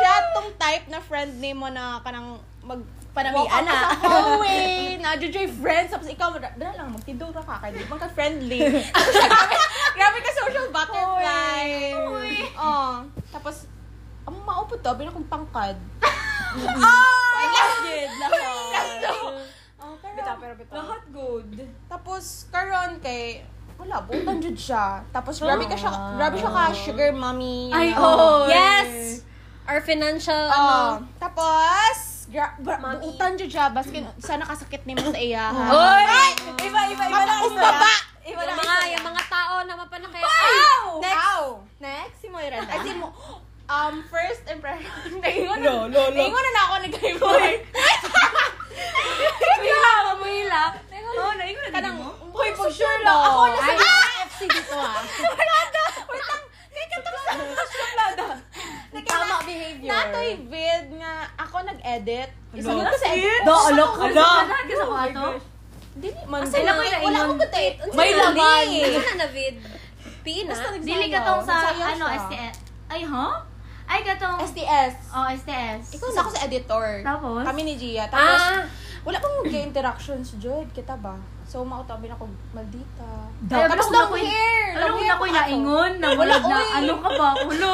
[SPEAKER 5] siya tong type na friend ni mo na kanang mag
[SPEAKER 4] Panamian,
[SPEAKER 5] walk
[SPEAKER 4] ha?
[SPEAKER 5] up sa hallway, na jud jay friends tapos ikaw dra- dra lang magtidura ka kay di ba ka friendly. grabe, grabe ka social butterfly. Oh, tapos ang maupo to, bila kong tangkad. *laughs* Oh! Last jud, Oh, pero, pero
[SPEAKER 2] Lahat good.
[SPEAKER 5] tapos, karon kay, wala, butan jud siya. Tapos, grabe ka siya, grabe siya ka sugar mommy. you know.
[SPEAKER 1] oh.
[SPEAKER 3] Yes! Our financial,
[SPEAKER 5] Oo.
[SPEAKER 3] ano.
[SPEAKER 5] Tapos, gra- bra- buutan jud siya. Baskin, sana kasakit ni mo sa iya,
[SPEAKER 1] Oh,
[SPEAKER 5] Ano? ha?
[SPEAKER 3] Oy!
[SPEAKER 5] Iba, iba, iba lang isa. Baba! Iba
[SPEAKER 3] Yung
[SPEAKER 5] lang
[SPEAKER 3] mga,
[SPEAKER 5] isa.
[SPEAKER 3] yung mga tao na Ah! mapanakaya.
[SPEAKER 5] Next.
[SPEAKER 4] Next, si Moira
[SPEAKER 5] Ay, di mo. *gasps* Um, first impression. *laughs* Naingon na, naingon na ako ni Kay Boy.
[SPEAKER 1] Wala, mamuhila. Oo, naingon na din
[SPEAKER 5] Kanang,
[SPEAKER 1] mo.
[SPEAKER 5] Uy, pag sure lang. Ako na sa
[SPEAKER 4] FC
[SPEAKER 5] *laughs*
[SPEAKER 4] dito ah. Tama behavior. Ano?
[SPEAKER 5] Natoy vid nga ako nag-edit. Isa ko sa edit.
[SPEAKER 4] Do, alok.
[SPEAKER 1] Lagi sa kwarto.
[SPEAKER 5] Dili man.
[SPEAKER 1] Asa na?
[SPEAKER 5] Wala akong kutit.
[SPEAKER 4] May laman.
[SPEAKER 3] Ano na, David? Piin na.
[SPEAKER 1] Dili ka tong sa,
[SPEAKER 5] Sayang
[SPEAKER 1] ano,
[SPEAKER 5] siya.
[SPEAKER 1] STS. Ay, huh? Ay, ka tong,
[SPEAKER 5] STS.
[SPEAKER 1] oh, STS.
[SPEAKER 5] Ikaw ako sa editor.
[SPEAKER 1] Tapos?
[SPEAKER 5] Kami ni Gia. Tapos,
[SPEAKER 3] Ah!
[SPEAKER 5] wala pang mga interactions, Jod. Kita ba? So, mautabi na ko, maldita.
[SPEAKER 1] Daw,
[SPEAKER 5] Tapos
[SPEAKER 1] ano
[SPEAKER 5] long
[SPEAKER 1] ko-
[SPEAKER 5] hair.
[SPEAKER 1] Ano
[SPEAKER 5] Long
[SPEAKER 1] ko
[SPEAKER 5] hair
[SPEAKER 1] na ko
[SPEAKER 5] pa ako.
[SPEAKER 1] yaingon na wala na
[SPEAKER 5] uy.
[SPEAKER 1] ano ka ba ulo.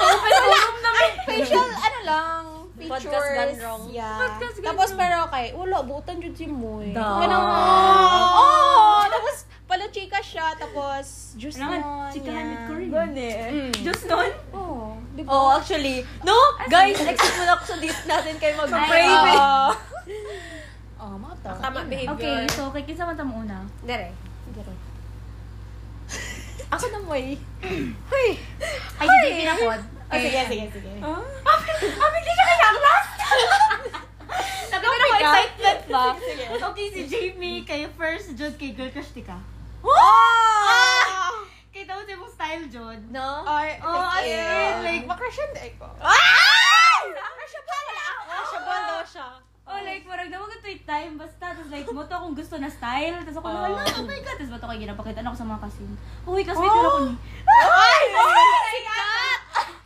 [SPEAKER 1] Open room na may
[SPEAKER 5] Facial, ano lang, features.
[SPEAKER 3] Podcast gone wrong.
[SPEAKER 5] Yeah.
[SPEAKER 1] Podcast gone
[SPEAKER 5] Tapos, pero kay, wala, buutan Jod si Moy.
[SPEAKER 4] Da.
[SPEAKER 5] Ganun. Oh! Tapos, pala chika siya. Tapos, juice
[SPEAKER 1] Ano man,
[SPEAKER 5] nun,
[SPEAKER 1] chikahan with
[SPEAKER 5] yeah.
[SPEAKER 1] Corinne.
[SPEAKER 4] Gone
[SPEAKER 1] Just noon?
[SPEAKER 5] Oo. Di ba?
[SPEAKER 4] Oh, actually. No, guys, next mo na ako sa date natin kayo mag-pray.
[SPEAKER 1] Ay, oo.
[SPEAKER 5] Oh, mata.
[SPEAKER 3] Tama behavior.
[SPEAKER 1] Okay, so kay kinsa man ta mo una?
[SPEAKER 3] Dere.
[SPEAKER 5] Ako na, Moy.
[SPEAKER 1] Ay, hindi pinakod.
[SPEAKER 5] Oh, sige, sige, sige.
[SPEAKER 1] Sabi ko na ko excited ba? *laughs* Okay, si Jamie, kay first Jod, kay girl crush ti ka. Ah!
[SPEAKER 5] Oh!
[SPEAKER 1] Kay tawag sa imong style Jod.
[SPEAKER 4] No?
[SPEAKER 5] Or,
[SPEAKER 1] Oh, as
[SPEAKER 5] like, ew.
[SPEAKER 1] in, like-
[SPEAKER 5] makrasyon din ko.
[SPEAKER 3] Ah!
[SPEAKER 5] Crushable Ah! daw siya.
[SPEAKER 1] Oh, like, parang naman ko tweet time, basta. Tapos like, mo to akong gusto na style. Tapos ako,
[SPEAKER 5] Oh.
[SPEAKER 1] wala, oh my god. Tapos bato ko yung ginapakita ako sa mga kasin. Uy, kasi oh. ako ni.
[SPEAKER 5] Ay!
[SPEAKER 1] Sikat!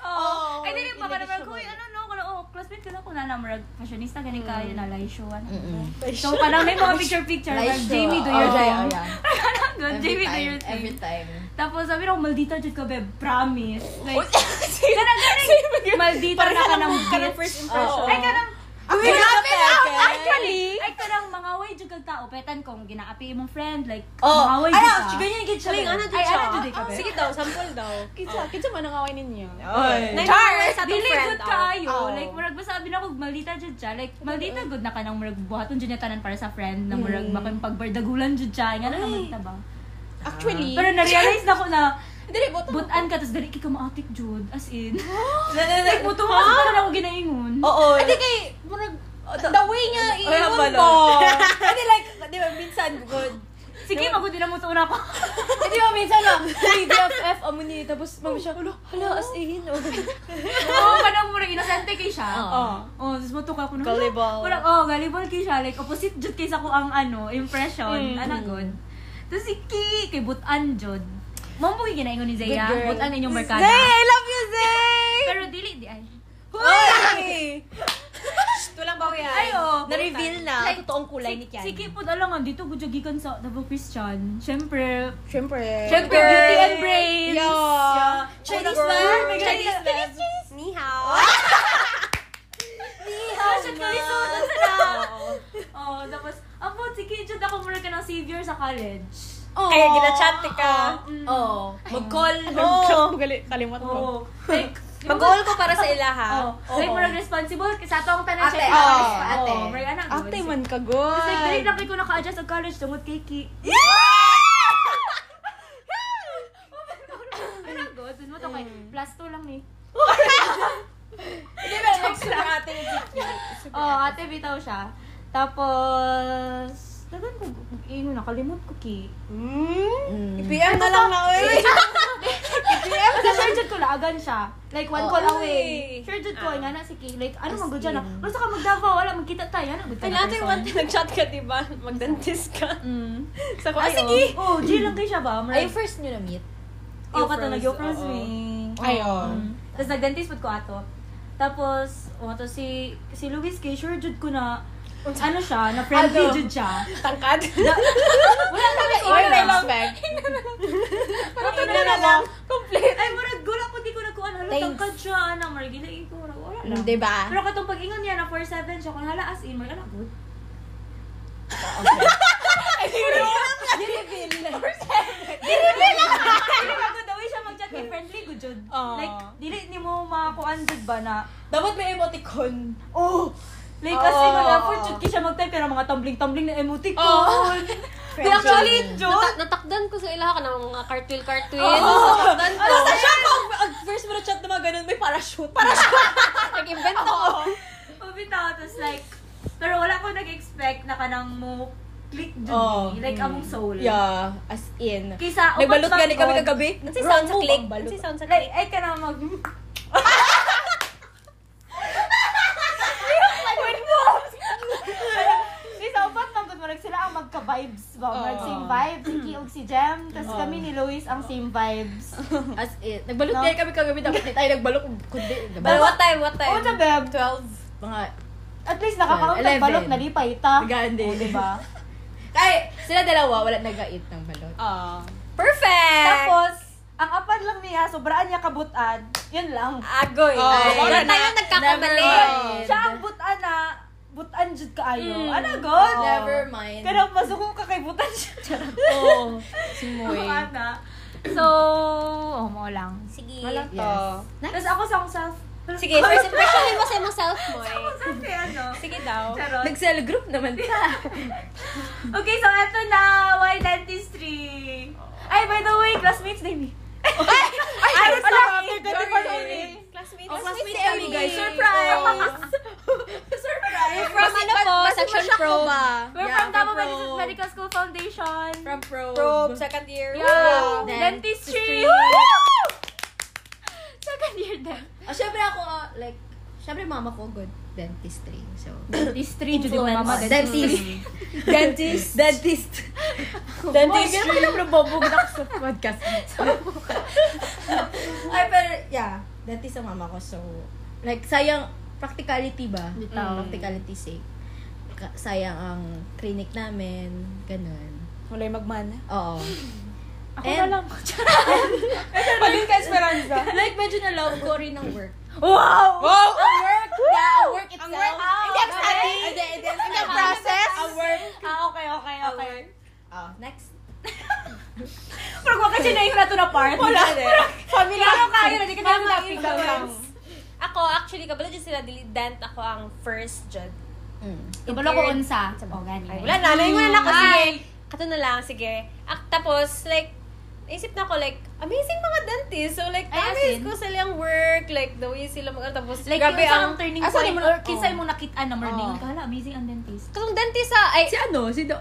[SPEAKER 5] Oh.
[SPEAKER 1] Ay, dali pa naman ko, uy, ano no, kala, oh, classmate ko na ko na namrag fashionista, gani kayo na laisyo. ano. So, parang may mga picture-picture, like, Jamie,
[SPEAKER 5] Oh,
[SPEAKER 1] do your thing. *laughs* Ganun, Jamie, do your thing.
[SPEAKER 4] Every time.
[SPEAKER 1] Tapos sabi ko, maldita jud ka, babe, promise.
[SPEAKER 5] Oh,
[SPEAKER 1] Like,
[SPEAKER 5] *laughs* Sige.
[SPEAKER 1] ganun, ganun, maldita na ka ng
[SPEAKER 5] Parang
[SPEAKER 1] bitch.
[SPEAKER 5] first impression.
[SPEAKER 1] Ay, ganun,
[SPEAKER 5] Ang grabe
[SPEAKER 1] Actually, ay kanang mga way jud kag tao petan kong ginaapi imong friend like
[SPEAKER 5] Oh,
[SPEAKER 1] mga way
[SPEAKER 5] ay,
[SPEAKER 1] jud
[SPEAKER 5] ah,
[SPEAKER 1] ka.
[SPEAKER 5] ganyan gid siya.
[SPEAKER 3] Kaling, ano dito
[SPEAKER 1] Ay,
[SPEAKER 3] siya?
[SPEAKER 1] ano dito ka,
[SPEAKER 3] Ah,
[SPEAKER 1] be?
[SPEAKER 3] Sige daw, sample daw.
[SPEAKER 5] Kitsa, kitsa man ang away ninyo.
[SPEAKER 2] Oy.
[SPEAKER 5] Char!
[SPEAKER 3] Nag-away sa
[SPEAKER 1] Dili good kaayo.
[SPEAKER 5] Oh.
[SPEAKER 1] Like murag masabi na kog maldita jud siya. Like maldita good na kanang murag buhaton jud niya tanan para sa friend na murag bakang pagbardagulan jud siya. Nga na naman ta ba?
[SPEAKER 5] Actually,
[SPEAKER 1] Pero na-realize na ko na
[SPEAKER 5] dili boto.
[SPEAKER 1] butan ka tapos dali kay ka maatik jud as
[SPEAKER 5] *gasps*
[SPEAKER 1] in. like buto mo sa na ako ginaingon.
[SPEAKER 5] Oo. Ate kay murag
[SPEAKER 3] Oh,
[SPEAKER 5] the way niya iyon to. Ate like, di ba minsan good.
[SPEAKER 1] Sige magud na mo to
[SPEAKER 5] *laughs*
[SPEAKER 1] una ko.
[SPEAKER 2] Hindi ba, minsan lang, may BFF amo ni, tapos mami siya, hala,
[SPEAKER 5] Ano?
[SPEAKER 2] hala, as in, oh.
[SPEAKER 1] Oo, kanang murag inosente kay siya.
[SPEAKER 5] Oh.
[SPEAKER 1] Oh, tapos matuka ko na.
[SPEAKER 5] Gullible.
[SPEAKER 1] Wala, oh, gullible kay siya. Like, opposite jud kaysa ko ang ano, impression.
[SPEAKER 5] Mm.
[SPEAKER 1] Ana good. Tapos si Ki, kay Butan jud. Mamo kay ginaingon ni Zaya.
[SPEAKER 5] Good girl.
[SPEAKER 1] Butan inyong merkada.
[SPEAKER 5] Zay, I love you, Zay!
[SPEAKER 1] Pero dili, di ay.
[SPEAKER 5] Hoy! Tulang bawi yan.
[SPEAKER 1] Ay, oh.
[SPEAKER 5] Na-reveal na ang
[SPEAKER 1] Like,
[SPEAKER 5] totoong kulay ni Kian.
[SPEAKER 1] Si Ki po dalang dito gudyo gikan sa Davao Christian. Syempre,
[SPEAKER 5] Siyempre.
[SPEAKER 1] syempre beauty and brains.
[SPEAKER 5] Yo.
[SPEAKER 1] Yeah.
[SPEAKER 5] Chinese
[SPEAKER 1] Una
[SPEAKER 5] man?
[SPEAKER 1] girl.
[SPEAKER 5] Chinese man?
[SPEAKER 3] Ni hao.
[SPEAKER 1] Fashion ka rin sa Oh, tapos, ang po, si Ki jud ako mura ka ng savior sa college.
[SPEAKER 5] Oh. Kaya ginachat ka.
[SPEAKER 2] Oo. Mag-call.
[SPEAKER 5] Oh. Kalimot mo.
[SPEAKER 1] Oo. Like,
[SPEAKER 5] Mag-all ko para sa ila ha.
[SPEAKER 1] Oh, like murag responsible kay sa atong tanan
[SPEAKER 4] Ate,
[SPEAKER 1] check
[SPEAKER 4] ate,
[SPEAKER 1] ate.
[SPEAKER 4] ate.
[SPEAKER 1] Oh, murag ana good.
[SPEAKER 5] Ate
[SPEAKER 1] So,
[SPEAKER 5] man ka good.
[SPEAKER 1] Like dili na kay ko naka-adjust sa college tungod kay Ki. Ana good, dun mo to kay plus 2 lang ni.
[SPEAKER 5] Hindi ba next to ate ni Kiki?
[SPEAKER 1] Oh, ate bitaw siya. Tapos Dagan ko, ino na, kalimot ko ki.
[SPEAKER 5] Hmm?
[SPEAKER 1] Mm.
[SPEAKER 5] PM na lang na eh.
[SPEAKER 1] Kasi sure jud ko laagan siya. Like one
[SPEAKER 4] Oh,
[SPEAKER 1] call
[SPEAKER 4] ay.
[SPEAKER 1] away. Sure jud
[SPEAKER 5] Ah.
[SPEAKER 1] ko, nga na si Ki. Like, ano man gud na. Basta ka magdava, wala, magkita tayo. Ano gud ka na
[SPEAKER 3] Natin
[SPEAKER 1] person.
[SPEAKER 3] one *laughs* nag-chat ka, di ba? Mag-dentist ka.
[SPEAKER 5] Sa ko
[SPEAKER 1] Ah, sige! Oh, G lang kayo siya ba? Murag-
[SPEAKER 4] Ay, first nyo na-meet?
[SPEAKER 1] Oh,
[SPEAKER 5] Yung
[SPEAKER 1] katulad
[SPEAKER 5] first,
[SPEAKER 1] yung first
[SPEAKER 5] oo.
[SPEAKER 1] wing.
[SPEAKER 5] Ayon.
[SPEAKER 1] Mm. Tapos nag-dentist food ko ato. Tapos, oh, to si, si Luis K, sure jud ko na, ano siya, na friendly
[SPEAKER 5] Ano?
[SPEAKER 1] jud siya.
[SPEAKER 5] Tangkad.
[SPEAKER 1] Wala na lang,
[SPEAKER 5] Oil
[SPEAKER 1] wala lang.
[SPEAKER 5] respect.
[SPEAKER 1] Parang na lang. Complete. Ay, murag gula po di ko nakuha. Hala,
[SPEAKER 4] Thanks.
[SPEAKER 1] tangkad siya. Ano, murag gilay ko. murag Wala lang.
[SPEAKER 5] Diba?
[SPEAKER 1] Pero katong pag-ingon niya na 4-7 siya, kung hala as in, murag anak *laughs* good. Pero bago daw siya mag-chat kay friendly good jud.
[SPEAKER 5] Oo.
[SPEAKER 1] Like, dili ni mo makakuan jud ba na,
[SPEAKER 5] Dapat may emoticon.
[SPEAKER 1] Oh! Like, kasi
[SPEAKER 5] Oo.
[SPEAKER 1] wala po, jud ki siya mag-type, pero mga tumbling-tumbling na emoticon.
[SPEAKER 5] Oo.
[SPEAKER 4] *laughs*
[SPEAKER 1] Pero actually, jud,
[SPEAKER 3] Nata- natakdan ko sa ilaha ka ng mga cartwheel-cartwheel. Natakdan ko.
[SPEAKER 5] Ano sa siya pag ang first mo na chat na mga ganun, may parachute. Parachute!
[SPEAKER 3] Nag-invent ako.
[SPEAKER 1] pabitaw, tapos like, pero wala ko nag-expect na kanang mo click jud
[SPEAKER 5] Oo.
[SPEAKER 1] ni, like, among soul.
[SPEAKER 5] Yeah, as in.
[SPEAKER 1] Kaysa,
[SPEAKER 5] Nagbalot
[SPEAKER 1] upat-pat
[SPEAKER 5] gani kami
[SPEAKER 1] on,
[SPEAKER 5] kagabi.
[SPEAKER 3] Nansi sound
[SPEAKER 5] Wrong
[SPEAKER 3] sa
[SPEAKER 5] move
[SPEAKER 3] click.
[SPEAKER 5] ang
[SPEAKER 4] ah.
[SPEAKER 5] balot.
[SPEAKER 3] Nansi sound sa click.
[SPEAKER 1] Like, ay ka na mag... *laughs* Sa upat man gud murag sila ang magka-vibes ba? Murag
[SPEAKER 5] Oo.
[SPEAKER 1] same vibes, si Ki ug si Jem, tapos kami ni Lois ang same *laughs* vibes.
[SPEAKER 2] As in, nagbalot
[SPEAKER 1] No.
[SPEAKER 2] kaya kami kagabi,
[SPEAKER 4] *laughs*
[SPEAKER 2] dapat hindi tayo nagbalot, kundi,
[SPEAKER 3] Well,
[SPEAKER 2] nagbalot.
[SPEAKER 3] what time? What time?
[SPEAKER 1] Oh, na beb.
[SPEAKER 2] 12, mga,
[SPEAKER 1] At least nakakaunt ng
[SPEAKER 2] Eleven.
[SPEAKER 1] balot na lipay ta.
[SPEAKER 2] Nagandi.
[SPEAKER 1] Oh, *laughs* diba?
[SPEAKER 2] ay, sila dalawa, wala nag-ait ng balot.
[SPEAKER 5] Ah.
[SPEAKER 3] Perfect!
[SPEAKER 1] Tapos, ang apan lang niya, sobraan niya kabutan. Yun lang.
[SPEAKER 3] Agoy.
[SPEAKER 5] Oh,
[SPEAKER 3] Ay,
[SPEAKER 5] wala
[SPEAKER 3] wala
[SPEAKER 5] na.
[SPEAKER 3] tayo nagkakamali.
[SPEAKER 5] Never.
[SPEAKER 1] Siya ang butan na, butan jud kaayo.
[SPEAKER 3] Mm.
[SPEAKER 1] Ano god?
[SPEAKER 2] Never mind.
[SPEAKER 1] Kaya pasuko ka kay butan siya.
[SPEAKER 4] Oh,
[SPEAKER 5] Oo.
[SPEAKER 2] Simoy.
[SPEAKER 1] Ana. So, oh, mo lang.
[SPEAKER 3] Sige.
[SPEAKER 5] Walang to.
[SPEAKER 2] Yes.
[SPEAKER 1] Tapos ako sa akong self.
[SPEAKER 3] Sige, first
[SPEAKER 1] *laughs*
[SPEAKER 3] impression mo sa imong self mo eh.
[SPEAKER 1] Self kay ano?
[SPEAKER 3] Sige daw.
[SPEAKER 1] Charot.
[SPEAKER 2] Nag-cell group
[SPEAKER 4] *laughs*
[SPEAKER 2] naman ta.
[SPEAKER 1] Okay, so eto na. Why dentistry? Ay, by the way, classmates na yun. *laughs*
[SPEAKER 5] Ay, ano sa
[SPEAKER 1] Sorry.
[SPEAKER 5] after 24 minutes?
[SPEAKER 3] Classmates.
[SPEAKER 2] Oh, classmates
[SPEAKER 5] Classmates
[SPEAKER 2] kami, guys.
[SPEAKER 5] kami.
[SPEAKER 2] Surprise!
[SPEAKER 1] Surprise!
[SPEAKER 3] From ano po? Section pro.
[SPEAKER 1] We're
[SPEAKER 2] Yeah,
[SPEAKER 1] from Davao
[SPEAKER 2] from
[SPEAKER 1] Medical-
[SPEAKER 2] Pro.
[SPEAKER 1] Medical School Foundation.
[SPEAKER 2] From probe.
[SPEAKER 5] Probe, second year.
[SPEAKER 1] yeah.
[SPEAKER 5] Woo!
[SPEAKER 2] Then, dentistry.
[SPEAKER 1] Dentistry! Woo! Second year dent.
[SPEAKER 2] Ah, syempre ako, ah, like, syempre mama ko, good.
[SPEAKER 4] dentistry. So,
[SPEAKER 1] Dentistry, jud yung mama.
[SPEAKER 4] Influence.
[SPEAKER 1] Dentistry. *laughs*
[SPEAKER 2] Dentist. Dentist.
[SPEAKER 1] Dentistry. Ganun pala nababog na sa podcast.
[SPEAKER 2] *laughs* Ay, pero, yeah. Dentist ang mama ko. So, like, sayang practicality ba? Mm,
[SPEAKER 1] Bitaw.
[SPEAKER 2] Practicality sake. Ka- Sayang ang clinic namin. Ganun.
[SPEAKER 5] Walay magmana.
[SPEAKER 2] Oo.
[SPEAKER 1] *laughs* Ako na
[SPEAKER 2] And-
[SPEAKER 1] lang.
[SPEAKER 5] Palit ka, Esperanza.
[SPEAKER 2] like, medyo na-love ko rin ng work.
[SPEAKER 1] Wow!
[SPEAKER 5] Wow!
[SPEAKER 2] Work! Yeah, work itself.
[SPEAKER 5] Ang
[SPEAKER 1] Ah,
[SPEAKER 5] work. Hindi ang study.
[SPEAKER 2] Hindi, hindi.
[SPEAKER 5] Hindi ang process.
[SPEAKER 2] Ang work.
[SPEAKER 1] Ah, okay, okay, okay. Ah,
[SPEAKER 2] Oh,
[SPEAKER 1] *laughs*
[SPEAKER 2] next.
[SPEAKER 1] Pero kung kasi na yung rato na part. kan
[SPEAKER 5] Wala. Family lang.
[SPEAKER 1] Kaya na, di ka na yung topic daw.
[SPEAKER 3] Ako, actually, kabalo dyan sila, dili- dent ako ang first dyan.
[SPEAKER 2] Mm.
[SPEAKER 1] Kabalo ko unsa. Oh, gani.
[SPEAKER 3] Ay, wala na, nalain na ako, sige. Kato na lang, sige. Ak, tapos, like, naisip na ako, like, amazing mga dentist. So, like,
[SPEAKER 1] Ay, as
[SPEAKER 3] na-amaze
[SPEAKER 1] in?
[SPEAKER 3] ko silang work, like, the way sila mag- Tapos,
[SPEAKER 1] Like,
[SPEAKER 3] grabe
[SPEAKER 1] yung
[SPEAKER 3] ang...
[SPEAKER 1] ang turning
[SPEAKER 5] Ah, sorry,
[SPEAKER 1] point,
[SPEAKER 5] mo-
[SPEAKER 1] or kinsa yung nakita na morning,
[SPEAKER 5] Oo.
[SPEAKER 1] oh. kala, amazing ang dentist. ah,
[SPEAKER 3] Katong dentist sa, ay,
[SPEAKER 2] Si ano? Si Do...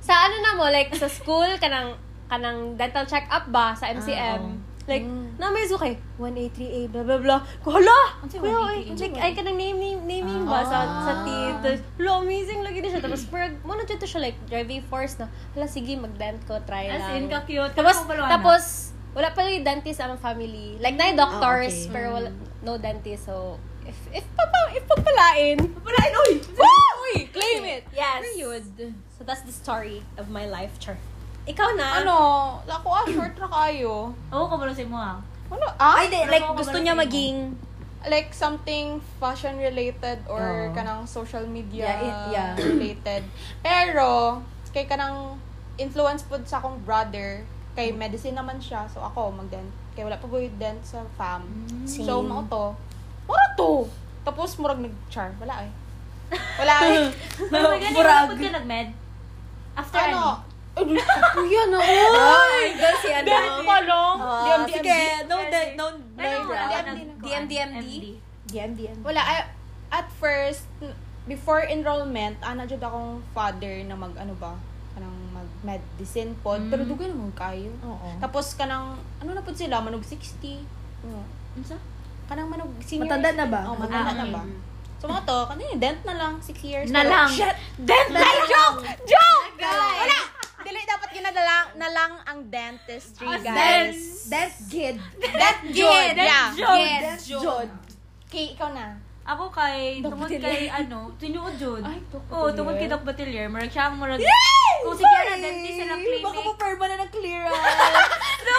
[SPEAKER 3] sa ano na mo, like, sa school, kanang, kanang dental check-up ba sa
[SPEAKER 1] Ah,
[SPEAKER 3] MCM? Like,
[SPEAKER 1] Mm.
[SPEAKER 3] na-amaze ko kay 1A3A, blah, blah, blah. Ko, hala!
[SPEAKER 1] Ano siya,
[SPEAKER 3] Kuya,
[SPEAKER 1] 1A3A?
[SPEAKER 3] ay, like, ay ka nang naming, naming
[SPEAKER 1] Ah.
[SPEAKER 3] ba sa, sa teeth. Tapos, Hala, amazing lagi na siya. Tapos, parang, muna dito siya, like, driving force na, hala, sige, mag-dent ko, try lang.
[SPEAKER 1] As in, ka-cute. Kala
[SPEAKER 3] Tapos,
[SPEAKER 1] ko balawana.
[SPEAKER 3] tapos, wala pa yung dentist ang family. Like, na doctors,
[SPEAKER 2] Ah, okay.
[SPEAKER 3] pero wala, no dentist. So, if, if, papa, if papalain. Papalain, uy! Uy! Claim it! Yes. So, that's the story of my life, Char. Ikaw na.
[SPEAKER 5] Ano? Ako ah, short na kayo.
[SPEAKER 1] Oo, kabalo sa mo ah.
[SPEAKER 5] Ano? Ah?
[SPEAKER 2] Ay, di. Like, gusto niya maging...
[SPEAKER 5] Like something fashion related or
[SPEAKER 2] Oo.
[SPEAKER 5] kanang social media
[SPEAKER 2] Yeah, it- yeah.
[SPEAKER 5] *clears throat* related. Pero, kay kanang influence po sa akong brother,
[SPEAKER 2] Mm.
[SPEAKER 5] kay medicine naman siya. So ako, mag-dent. Kay wala pa ko yung dent sa fam.
[SPEAKER 2] Mm.
[SPEAKER 5] So, mao to. Mura to! Tapos, murag nag-char. Wala eh. Wala
[SPEAKER 2] *laughs*
[SPEAKER 5] eh.
[SPEAKER 1] Pero magani,
[SPEAKER 2] Murag.
[SPEAKER 1] kapag ka nag-med? After
[SPEAKER 5] ano?
[SPEAKER 2] Kuya na. Uy! Girl, si ano?
[SPEAKER 1] Palong.
[SPEAKER 2] Ah,
[SPEAKER 5] Oh. DMDMD.
[SPEAKER 2] sige. No, de- no,
[SPEAKER 1] Ano?
[SPEAKER 2] no.
[SPEAKER 1] DMDMD?
[SPEAKER 2] DMDM.
[SPEAKER 5] Wala. I, at first, n- before enrollment, ana jud akong father na mag ano ba, kanang mag medicine pod,
[SPEAKER 2] Mm.
[SPEAKER 5] pero dugay naman kayo.
[SPEAKER 2] Oo.
[SPEAKER 5] Tapos kanang ano na pod sila manog 60. Oo.
[SPEAKER 1] Unsa?
[SPEAKER 5] Kanang manog senior.
[SPEAKER 2] Matanda na ba?
[SPEAKER 5] Oh, matanda
[SPEAKER 1] Ah,
[SPEAKER 5] na ba? So mga to, kanina dent na lang 6 years.
[SPEAKER 1] Na lang.
[SPEAKER 5] Shit.
[SPEAKER 1] Dent
[SPEAKER 5] Ay, joke. Joke. Wala. Dili dapat ginadalang na lang ang dentistry,
[SPEAKER 2] Ah,
[SPEAKER 5] guys.
[SPEAKER 1] Dance.
[SPEAKER 2] That's good.
[SPEAKER 5] Dent
[SPEAKER 1] Yeah,
[SPEAKER 5] jod.
[SPEAKER 1] dent
[SPEAKER 5] Yeah.
[SPEAKER 1] jod.
[SPEAKER 2] That's jod.
[SPEAKER 5] Okay, ikaw na.
[SPEAKER 1] Ako
[SPEAKER 2] *laughs*
[SPEAKER 1] kay, tungod kay ano, tinuod jud.
[SPEAKER 5] Ay, Doc
[SPEAKER 1] Oo,
[SPEAKER 5] Batilier.
[SPEAKER 1] tungod kay Doc Batilier. Murag siya ang murag. Kung si Kiara dentist sa lang clinic.
[SPEAKER 2] Baka pa-perma na ng
[SPEAKER 5] *laughs*
[SPEAKER 2] clearance.
[SPEAKER 3] Ano?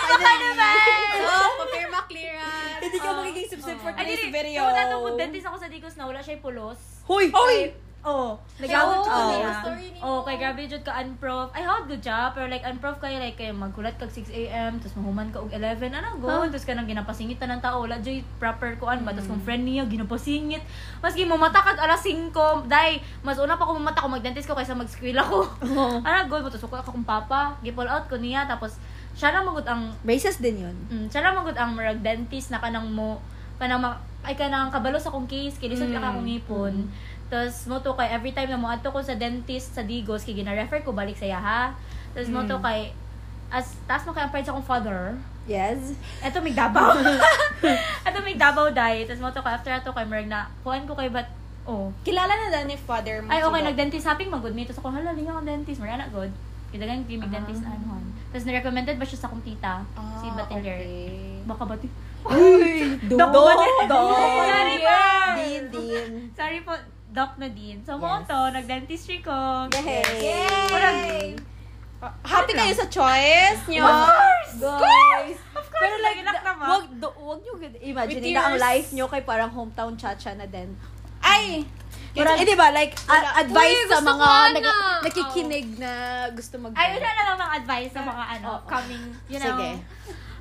[SPEAKER 5] Oh, papirma clearance.
[SPEAKER 2] Hindi ka magiging subscribe
[SPEAKER 5] Ah.
[SPEAKER 2] for
[SPEAKER 1] Ay,
[SPEAKER 2] today's
[SPEAKER 1] dili.
[SPEAKER 2] video.
[SPEAKER 1] Tungod na tungod dentist ako sa Digos na wala siya pulos.
[SPEAKER 2] Hoy! Hoy!
[SPEAKER 1] Oo.
[SPEAKER 2] Nag-awit
[SPEAKER 1] Nag-awit
[SPEAKER 2] ko
[SPEAKER 1] ko
[SPEAKER 2] na
[SPEAKER 1] niya.
[SPEAKER 2] yung
[SPEAKER 3] story niya.
[SPEAKER 1] Oo, Oh, kay grabe jud ka unprof. I had good job, pero like unprof kayo, like kayo magkulat kag 6 a.m., tapos mahuman ka og 11, ano go, tapos kanang ginapasingitan ng tao, wala joy proper
[SPEAKER 2] Hmm.
[SPEAKER 1] kuan ba, tapos kung friend niya, ginapasingit. Maski mamata kag alas 5, dai, mas una pa ko mamata ko magdentist ko kaysa mag-squill ako.
[SPEAKER 2] Oh.
[SPEAKER 1] *laughs* ano go, tapos ako akong papa, gipol out ko niya, tapos siya lang magud ang
[SPEAKER 2] Braces din yun.
[SPEAKER 1] Mm, siya lang magud ang murag dentist na kanang mo kanang ma- ay kanang kabalo sa kong case kay lisod ka
[SPEAKER 2] Hmm.
[SPEAKER 1] akong ipon. Tapos mo to kay every time na mo ko sa dentist sa Digos kay gina-refer ko balik sa yaha. Tapos mo
[SPEAKER 2] Mm.
[SPEAKER 1] to kay as taas mo kay ang pride sa akong father.
[SPEAKER 2] Yes.
[SPEAKER 1] Eto may
[SPEAKER 2] *laughs*
[SPEAKER 1] Davao. *laughs* Eto may Davao dai. Tapos mo to kay after ato kay murag na kuan ko kay but oh.
[SPEAKER 5] Kilala na daw ni father mo.
[SPEAKER 1] Ay
[SPEAKER 5] si
[SPEAKER 1] okay
[SPEAKER 5] Doc.
[SPEAKER 1] nag-dentist haping magud mi tapos ako hala lingaw ang dentist murag na good. Kidagan kay
[SPEAKER 2] Ah.
[SPEAKER 1] mig dentist na anuhan. Tapos ni-recommended ba siya sa akong tita si
[SPEAKER 5] Ah,
[SPEAKER 1] Batelier.
[SPEAKER 5] okay.
[SPEAKER 1] Baka bati. *laughs*
[SPEAKER 2] Uy! Do!
[SPEAKER 1] Dok
[SPEAKER 2] Do!
[SPEAKER 1] Nadine.
[SPEAKER 2] Do!
[SPEAKER 1] Sorry po.
[SPEAKER 2] Din, din.
[SPEAKER 1] Sorry po, Doc Nadine. So, mo
[SPEAKER 2] Yes.
[SPEAKER 1] to, nag-dentistry ko.
[SPEAKER 2] Yay!
[SPEAKER 1] Parang,
[SPEAKER 5] Happy kayo sa choice nyo?
[SPEAKER 2] Guys!
[SPEAKER 1] of course, pero like,
[SPEAKER 2] Da-
[SPEAKER 1] naman.
[SPEAKER 2] Wag, do, wag nyo gud- imagine
[SPEAKER 5] With
[SPEAKER 2] na ang
[SPEAKER 5] tears.
[SPEAKER 2] life nyo kay parang hometown chacha na din.
[SPEAKER 5] Ay!
[SPEAKER 2] Parang, eh, di ba? Like, a- advice
[SPEAKER 3] Uy,
[SPEAKER 2] sa mga
[SPEAKER 3] gusto ko nga
[SPEAKER 2] nag-
[SPEAKER 3] na.
[SPEAKER 2] nakikinig na gusto mag-
[SPEAKER 1] Ay, wala na lang mga advice sa mga ano, coming, you know.
[SPEAKER 2] Sige.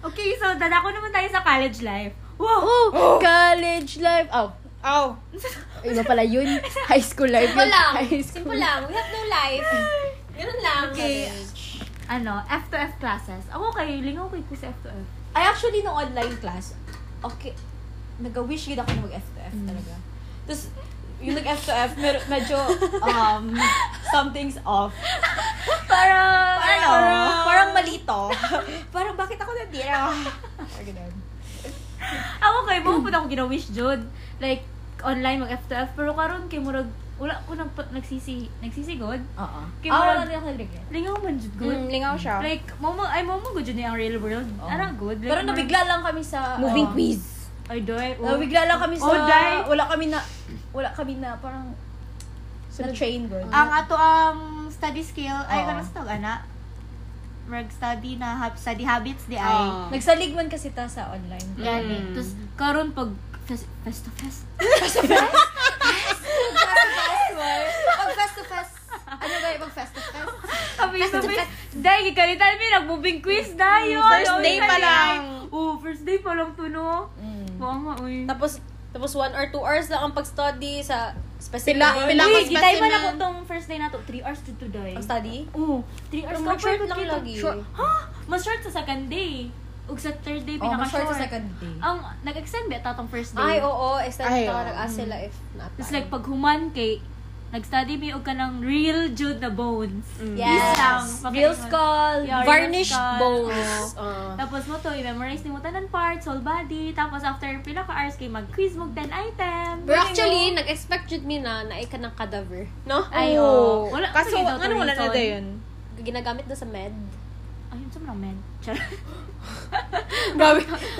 [SPEAKER 1] Okay, so, dadako naman tayo sa college life. Wow!
[SPEAKER 2] Oh, college life. Oh,
[SPEAKER 5] Oh,
[SPEAKER 2] iba pala yun. High school life
[SPEAKER 3] Simple
[SPEAKER 2] yun.
[SPEAKER 3] lang.
[SPEAKER 2] High school.
[SPEAKER 3] Simple lang. We have no life. Ganun lang.
[SPEAKER 1] Okay. Ano, F to F classes. Ako kay, lingaw kay ko sa F to F.
[SPEAKER 2] I actually, nung online class, okay, nag-wish yun ako na mag-F to F talaga. Tapos, yung nag-F to F, mer- medyo, um, something's off.
[SPEAKER 1] Parang,
[SPEAKER 2] Parang,
[SPEAKER 1] ano,
[SPEAKER 2] parang malito. *laughs* parang, bakit ako
[SPEAKER 1] *laughs*
[SPEAKER 2] nandira? Parang ganun.
[SPEAKER 1] Ako kay mo pud ako gina-wish jud. Like online mag F2F pero karon kay murag wala ko nang nagsisi nagsisigod.
[SPEAKER 4] Oo.
[SPEAKER 1] Kay
[SPEAKER 4] Ah, wala
[SPEAKER 1] murag
[SPEAKER 4] din ako nag-regret.
[SPEAKER 1] lingaw man jud good.
[SPEAKER 5] Mm, lingaw siya.
[SPEAKER 1] Like mo mo ay mo mo good jud ni ang real world. Ara good. Like,
[SPEAKER 2] Pero
[SPEAKER 1] murag-
[SPEAKER 2] nabigla lang kami sa...
[SPEAKER 4] Moving
[SPEAKER 1] oh.
[SPEAKER 2] ano,
[SPEAKER 4] quiz.
[SPEAKER 1] Ay doy. oh.
[SPEAKER 2] Nabigla Ah, lang kami sa...
[SPEAKER 1] Oh, dai.
[SPEAKER 2] wala kami na... Wala kami na parang... na-train, girl.
[SPEAKER 4] Ah.
[SPEAKER 1] Ang ato ang study skill ay
[SPEAKER 2] Oo.
[SPEAKER 1] karon sa tawag, ana. Mag study na hab- study habits di Iya, ay.
[SPEAKER 5] Oo.
[SPEAKER 2] Nagsaligman kasi ta sa
[SPEAKER 5] Mm.
[SPEAKER 2] online.
[SPEAKER 1] Gani. Tapos, karon pag fest, fest Hmm. to *laughs* fest.
[SPEAKER 4] Pag fest to fest. Ano ba yung pag fest to fest?
[SPEAKER 1] Sabi sa Dahil gikalita mi, nag-moving quiz na yun.
[SPEAKER 5] first
[SPEAKER 1] Uy,
[SPEAKER 5] day pa
[SPEAKER 1] kaya-
[SPEAKER 5] lang.
[SPEAKER 1] Oo, Oh, first day pa lang to, no? Oo nga, uy.
[SPEAKER 3] Tapos, tapos one or two hours lang ang pag-study sa specific
[SPEAKER 5] Pila-
[SPEAKER 3] world.
[SPEAKER 5] pila-
[SPEAKER 1] Uy,
[SPEAKER 5] Tapos
[SPEAKER 1] gitay pa
[SPEAKER 5] specimen.
[SPEAKER 1] na ko tong first day na to. Three hours to today.
[SPEAKER 3] Ang study?
[SPEAKER 1] Oo, three hours.
[SPEAKER 3] Pero
[SPEAKER 1] Kapag
[SPEAKER 3] mag-short
[SPEAKER 1] kung
[SPEAKER 3] lang
[SPEAKER 1] kita-
[SPEAKER 3] lagi.
[SPEAKER 1] Short- Ha? Mas short sa second day. Ug sa third day,
[SPEAKER 4] Oh,
[SPEAKER 1] pinaka-short.
[SPEAKER 4] ma-short sa second day.
[SPEAKER 2] Ah.
[SPEAKER 1] Ang nag-extend ba ata tong first day?
[SPEAKER 3] Ay, oo. Extend
[SPEAKER 5] Ay,
[SPEAKER 3] ka.
[SPEAKER 5] oo.
[SPEAKER 3] Nag-ask ah, sila if not.
[SPEAKER 1] Tapos like, pag human kay, nag-study mi og kanang real jud na bones.
[SPEAKER 5] Mm.
[SPEAKER 3] Yes.
[SPEAKER 1] Real
[SPEAKER 2] skull.
[SPEAKER 3] Varnished
[SPEAKER 1] bones.
[SPEAKER 3] bones.
[SPEAKER 4] Ah.
[SPEAKER 3] Oo.
[SPEAKER 1] Tapos mo to, i-memorize ni mo tanan parts, whole body. Tapos after pila ka hours kay mag-quiz mo og 10 item.
[SPEAKER 3] Pero actually, nag-expect jud mi na na ka ng cadaver. No?
[SPEAKER 1] Ay, oo. Wala pa
[SPEAKER 5] Kaso,
[SPEAKER 1] gid daw to
[SPEAKER 5] ano wala na
[SPEAKER 1] reason.
[SPEAKER 5] daw yun?
[SPEAKER 1] Oh,
[SPEAKER 3] Ginagamit na sa med.
[SPEAKER 1] Ayun sa mga men. Charot.
[SPEAKER 5] *laughs* Grabe.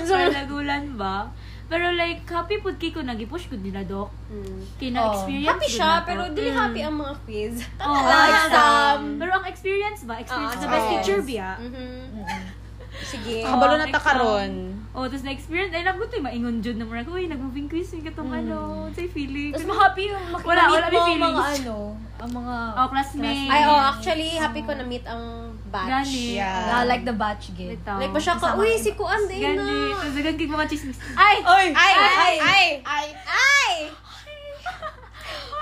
[SPEAKER 1] Wala nagulan ba? Pero like, happy pud kay ko nagipush ko nila doc.
[SPEAKER 3] Mm.
[SPEAKER 1] Kay na-experience
[SPEAKER 3] Happy
[SPEAKER 1] gud na
[SPEAKER 3] siya,
[SPEAKER 1] to.
[SPEAKER 3] pero
[SPEAKER 2] Mm.
[SPEAKER 3] dili happy ang mga quiz. *laughs*
[SPEAKER 1] Oo,
[SPEAKER 5] Ah,
[SPEAKER 1] wala
[SPEAKER 5] exam.
[SPEAKER 1] daw. Pero ang experience ba? Experience
[SPEAKER 3] Ah,
[SPEAKER 1] the best
[SPEAKER 5] yes.
[SPEAKER 1] teacher biya.
[SPEAKER 3] Mhm. Sige.
[SPEAKER 1] Ah.
[SPEAKER 5] Kabalo na
[SPEAKER 1] next
[SPEAKER 5] ta karon.
[SPEAKER 1] Oh, tapos na-experience, ay nagutoy, maingon jud na mura ko, uy, nag-moving quiz, yung katong ano, say feeling.
[SPEAKER 2] Tapos ma-happy yung makita
[SPEAKER 1] Wala, wala may
[SPEAKER 2] mo ang
[SPEAKER 1] feelings.
[SPEAKER 2] mga ano, ang mga...
[SPEAKER 1] Oh, classmate.
[SPEAKER 3] Ay, oh, actually, happy ko na-meet ang batch.
[SPEAKER 1] Gani.
[SPEAKER 5] Yeah.
[SPEAKER 2] Ah, like the batch gig.
[SPEAKER 1] Bitaw.
[SPEAKER 3] Like, pa siya ka, uy, si Kuan, day
[SPEAKER 1] Gani.
[SPEAKER 3] na.
[SPEAKER 1] Tapos nagagig mga chismis.
[SPEAKER 2] Ay!
[SPEAKER 5] Ay! Ay! Ay! Ay!
[SPEAKER 3] Ay!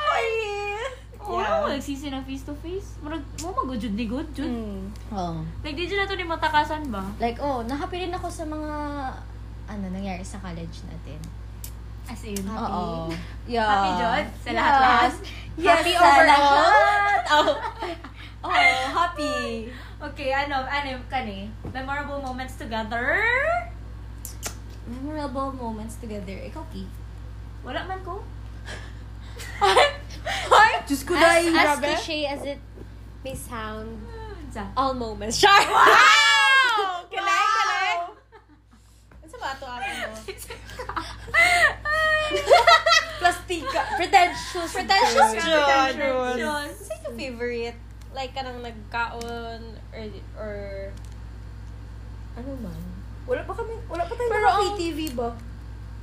[SPEAKER 1] Oo, yeah. nagsisi ng face to face. Murag, mo magudjud ni good, jud.
[SPEAKER 5] Mm.
[SPEAKER 4] Oo.
[SPEAKER 1] Like, di jud na to ni matakasan ba?
[SPEAKER 4] Oh, Like, oh, na-happy rin ako sa mga ano nangyari sa college natin.
[SPEAKER 1] As in.
[SPEAKER 4] Oo.
[SPEAKER 2] Yeah.
[SPEAKER 1] Happy jud? Sa lahat-lahat?
[SPEAKER 2] happy overall.
[SPEAKER 4] *laughs*
[SPEAKER 2] Oh. oh, happy.
[SPEAKER 1] Okay, ano, ano, kani? Memorable moments together?
[SPEAKER 4] Memorable moments together. Ikaw, Ki.
[SPEAKER 1] Wala man ko.
[SPEAKER 2] Diyos ko,
[SPEAKER 3] As,
[SPEAKER 2] dahil.
[SPEAKER 3] as cliche as it may sound,
[SPEAKER 1] Sa.
[SPEAKER 3] all moments. Sure!
[SPEAKER 5] Kalay!
[SPEAKER 3] *laughs*
[SPEAKER 5] Kalay! *laughs* Ano ba ito ako?
[SPEAKER 2] Plastika. Pretentious.
[SPEAKER 3] Pretentious
[SPEAKER 5] Jun!
[SPEAKER 1] Yun.
[SPEAKER 3] Sino favorite? Like, kanang nagkaon, or, or, ano man?
[SPEAKER 2] Wala pa kami, wala pa tayo
[SPEAKER 3] Pero
[SPEAKER 2] mga
[SPEAKER 3] ang-
[SPEAKER 2] KTV ba?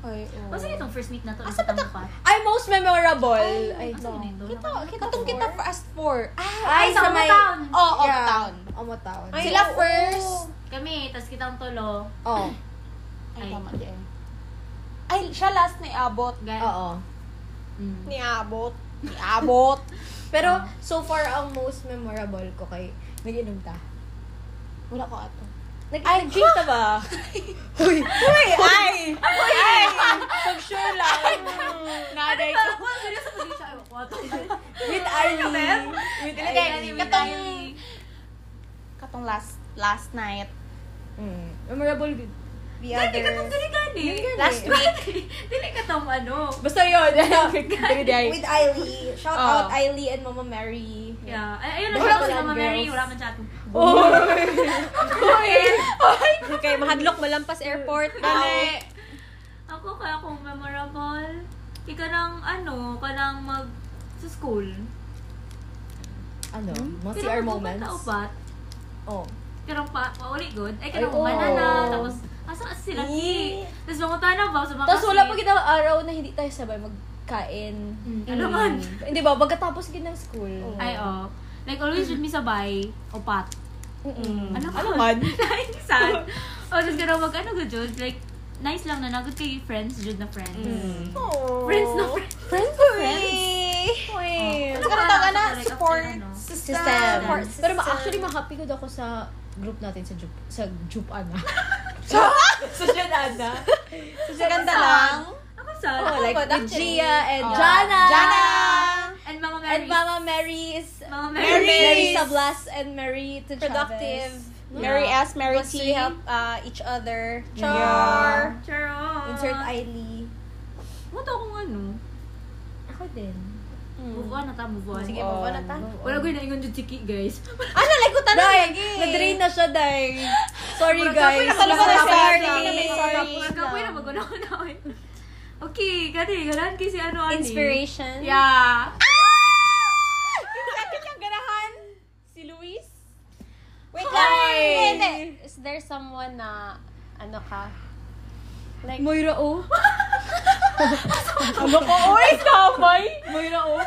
[SPEAKER 3] Ay, oo.
[SPEAKER 1] Masa itong first meet na to? Asa pa?
[SPEAKER 2] Ay, most memorable.
[SPEAKER 1] Ay,
[SPEAKER 2] Ay, Ah,
[SPEAKER 1] no.
[SPEAKER 5] Ito, katong kita as four.
[SPEAKER 2] Ay,
[SPEAKER 1] sa Uptown.
[SPEAKER 5] Oh,
[SPEAKER 2] Yeah.
[SPEAKER 5] uptown.
[SPEAKER 2] Omotaon.
[SPEAKER 3] Ay,
[SPEAKER 5] Sila
[SPEAKER 3] oo.
[SPEAKER 5] first.
[SPEAKER 1] Kami, tas kitang tulo.
[SPEAKER 2] Oh.
[SPEAKER 1] Ay.
[SPEAKER 5] Ay, tama din. Ay, siya last na iabot.
[SPEAKER 1] Gan.
[SPEAKER 2] Oo.
[SPEAKER 1] Mm.
[SPEAKER 5] Niabot. Niabot.
[SPEAKER 2] *laughs* Pero,
[SPEAKER 5] Ah.
[SPEAKER 2] so far, ang most memorable ko kay nag-inom ta.
[SPEAKER 5] Wala ko ato.
[SPEAKER 2] Nag- *laughs* Nag-drink ta ba? Uy!
[SPEAKER 5] Ay! Ay! Ay! Pag-sure lang. Naday ko.
[SPEAKER 1] Ako, seryoso ko din siya. Ewan ko ato.
[SPEAKER 2] With Arlie. With
[SPEAKER 5] Dili kay,
[SPEAKER 2] Arlie.
[SPEAKER 5] katong... Katong last last night.
[SPEAKER 2] Mm. Memorable good. The
[SPEAKER 1] Gani, katong gani gani.
[SPEAKER 5] Last week.
[SPEAKER 1] *laughs* Dili katong ano.
[SPEAKER 2] Basta *laughs* yun.
[SPEAKER 5] Dili.
[SPEAKER 2] With Ailee. Shout
[SPEAKER 5] Oh.
[SPEAKER 2] out Ailee and Mama Mary.
[SPEAKER 1] Yeah. Ay, ayun na
[SPEAKER 2] Wala
[SPEAKER 1] siya
[SPEAKER 2] ko
[SPEAKER 1] si
[SPEAKER 2] lang,
[SPEAKER 1] Mama Mary.
[SPEAKER 2] girls.
[SPEAKER 1] Wala man siya atong-
[SPEAKER 3] Okay, mahadlok malampas airport.
[SPEAKER 5] Dali.
[SPEAKER 1] Ako kaya kung memorable. Ika nang ano, kanang mag sa school.
[SPEAKER 2] Ano? Mga
[SPEAKER 1] Kanang
[SPEAKER 2] CR
[SPEAKER 1] mag-
[SPEAKER 2] moments.
[SPEAKER 1] Upat-upat.
[SPEAKER 2] Oh.
[SPEAKER 1] Kanang pa, pauli good. Ay, kanang
[SPEAKER 2] Ay, oo.
[SPEAKER 1] banana. Tapos, asa ka sila ki? Tapos mangunta na ba sa mga
[SPEAKER 2] Tapos wala pa
[SPEAKER 1] kasi-
[SPEAKER 2] kita araw na hindi tayo sabay magkain.
[SPEAKER 1] Ano
[SPEAKER 2] Mm.
[SPEAKER 1] man?
[SPEAKER 2] Hindi ba? Pagkatapos gid ng school.
[SPEAKER 1] Ay, oh. Like, always with me sabay. Upat.
[SPEAKER 2] Mm-mm.
[SPEAKER 1] Ano
[SPEAKER 5] Ano
[SPEAKER 1] ka? *laughs*
[SPEAKER 5] man?
[SPEAKER 1] Like, sad. O, tapos ganun, wag ano good, Jude. Like, nice lang na nagod kay friends, Jude na friends.
[SPEAKER 2] Mm.
[SPEAKER 5] Mm.
[SPEAKER 1] Friends na
[SPEAKER 2] Oh.
[SPEAKER 1] friends.
[SPEAKER 2] Friends
[SPEAKER 5] Ano
[SPEAKER 1] Ano
[SPEAKER 5] ka
[SPEAKER 1] ka?
[SPEAKER 5] tawag na?
[SPEAKER 1] Like, after
[SPEAKER 5] Support
[SPEAKER 1] ano?
[SPEAKER 5] system.
[SPEAKER 2] eh. Oh. System.
[SPEAKER 1] Support
[SPEAKER 2] Pero ma- actually, ma-happy ko ako sa group natin sa Jup, sa ah. Jup *laughs* Ana.
[SPEAKER 5] Sa Jun, Ana. Sa ganda lang.
[SPEAKER 1] Ako sad.
[SPEAKER 2] Oh, like
[SPEAKER 5] but
[SPEAKER 2] with
[SPEAKER 5] actually-
[SPEAKER 2] Gia and
[SPEAKER 5] Oh.
[SPEAKER 2] Jana.
[SPEAKER 5] Jana!
[SPEAKER 1] And Mama Mary.
[SPEAKER 2] And Mama Mary is
[SPEAKER 1] Mama
[SPEAKER 5] Mary.
[SPEAKER 1] Mary.
[SPEAKER 2] Mary Sablas and Mary to
[SPEAKER 3] Productive.
[SPEAKER 5] Mary S, Mary
[SPEAKER 3] Plus, we
[SPEAKER 5] T.
[SPEAKER 3] help uh, each other.
[SPEAKER 5] Char.
[SPEAKER 1] Charot.
[SPEAKER 2] Insert Ailee.
[SPEAKER 1] What ako ano?
[SPEAKER 4] Ako din.
[SPEAKER 1] Move on na ta, move on.
[SPEAKER 5] Sige, move on na ta.
[SPEAKER 1] Wala ko yung naingon dyan siki, guys. *laughs*
[SPEAKER 5] Ano, like, ko tanong lagi.
[SPEAKER 2] Na-drain na siya, Day. Sorry, guys.
[SPEAKER 5] Wala ka na siya.
[SPEAKER 2] Sorry.
[SPEAKER 5] Hindi na may sorry.
[SPEAKER 1] Magkapoy na magunaw na. Okay, gani, ganan kay si ano ani.
[SPEAKER 3] Inspiration. Ah!
[SPEAKER 1] Yeah.
[SPEAKER 5] Sakit yung ganahan. Si Luis? Wait
[SPEAKER 3] Hindi,
[SPEAKER 5] lang.
[SPEAKER 3] hindi. Is there someone na, ano ka? Like,
[SPEAKER 2] Moira O.
[SPEAKER 5] Ano ko? Uy, sabay.
[SPEAKER 2] Moira O.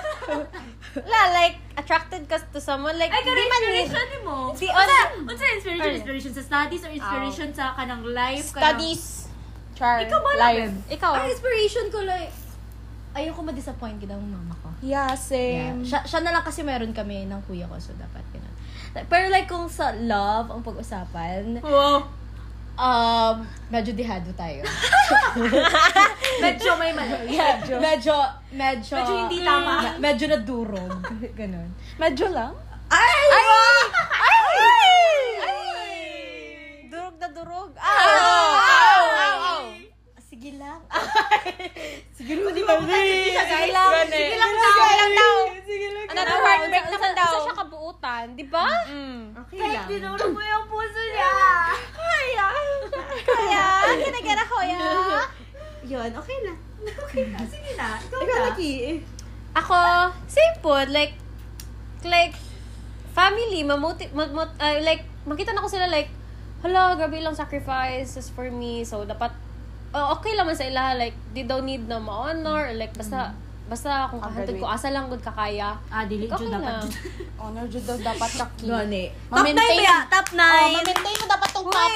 [SPEAKER 3] la, like, attracted ka to someone. Like,
[SPEAKER 1] Ay,
[SPEAKER 3] di
[SPEAKER 1] kanang
[SPEAKER 3] man eh. ni.
[SPEAKER 1] inspiration ni mo.
[SPEAKER 3] Di, on,
[SPEAKER 1] Unsa inspiration? Inspiration sa studies or inspiration sa kanang life? kanang-
[SPEAKER 5] Studies. Char.
[SPEAKER 1] Ikaw ba
[SPEAKER 5] Live.
[SPEAKER 1] lang?
[SPEAKER 3] ikaw.
[SPEAKER 4] Ang inspiration ko, like, ayoko ma-disappoint kita ng mama ko.
[SPEAKER 5] Yeah,
[SPEAKER 4] Yeah.
[SPEAKER 5] same.
[SPEAKER 4] Siya, siya na lang kasi meron kami ng kuya ko, so dapat ganun. Pero like kung sa love ang pag-usapan,
[SPEAKER 1] Wow.
[SPEAKER 4] um, medyo dihado tayo.
[SPEAKER 1] Medyo may mali.
[SPEAKER 4] medyo, medyo, medyo,
[SPEAKER 1] Medyo hindi tama.
[SPEAKER 4] Me- medyo nadurog. ganun.
[SPEAKER 5] Medyo lang. Ay! Ay! Ay! Durog na durog. Ow! Oh, Ow! Ow! Ow!
[SPEAKER 4] Sige lang.
[SPEAKER 5] Sige lang. Sige lang. Sige lang daw. Another heartbreak naman daw. Mm.
[SPEAKER 3] Isa siya kabuutan, di ba?
[SPEAKER 1] Okay lang. Kahit dinurog mo yung puso niya.
[SPEAKER 5] Kaya. Kaya. Kinagana ko yan.
[SPEAKER 1] Yun, okay na. Okay na. Sige na. Ikaw
[SPEAKER 5] Ikaw,
[SPEAKER 1] na.
[SPEAKER 5] Lucky.
[SPEAKER 3] Ako, same po. Like, like, family, mamuti, mag, mag- ah, like, makita na ko sila like, hala, grabe lang sacrifices for me. So, dapat, oh, okay lang man sa ila, like, they don't need na ma-honor, or like, basta,
[SPEAKER 5] Mm.
[SPEAKER 3] basta kung kahantod ko, asa lang good kakaya.
[SPEAKER 1] Ah, dili
[SPEAKER 3] Okay
[SPEAKER 1] jud dapat.
[SPEAKER 3] lang.
[SPEAKER 1] jud.
[SPEAKER 5] Honor jud daw dapat ka key.
[SPEAKER 4] Gani.
[SPEAKER 2] Top 9 ba ya? Top 9.
[SPEAKER 5] ma-maintain mo dapat
[SPEAKER 3] Oh,
[SPEAKER 5] tong top.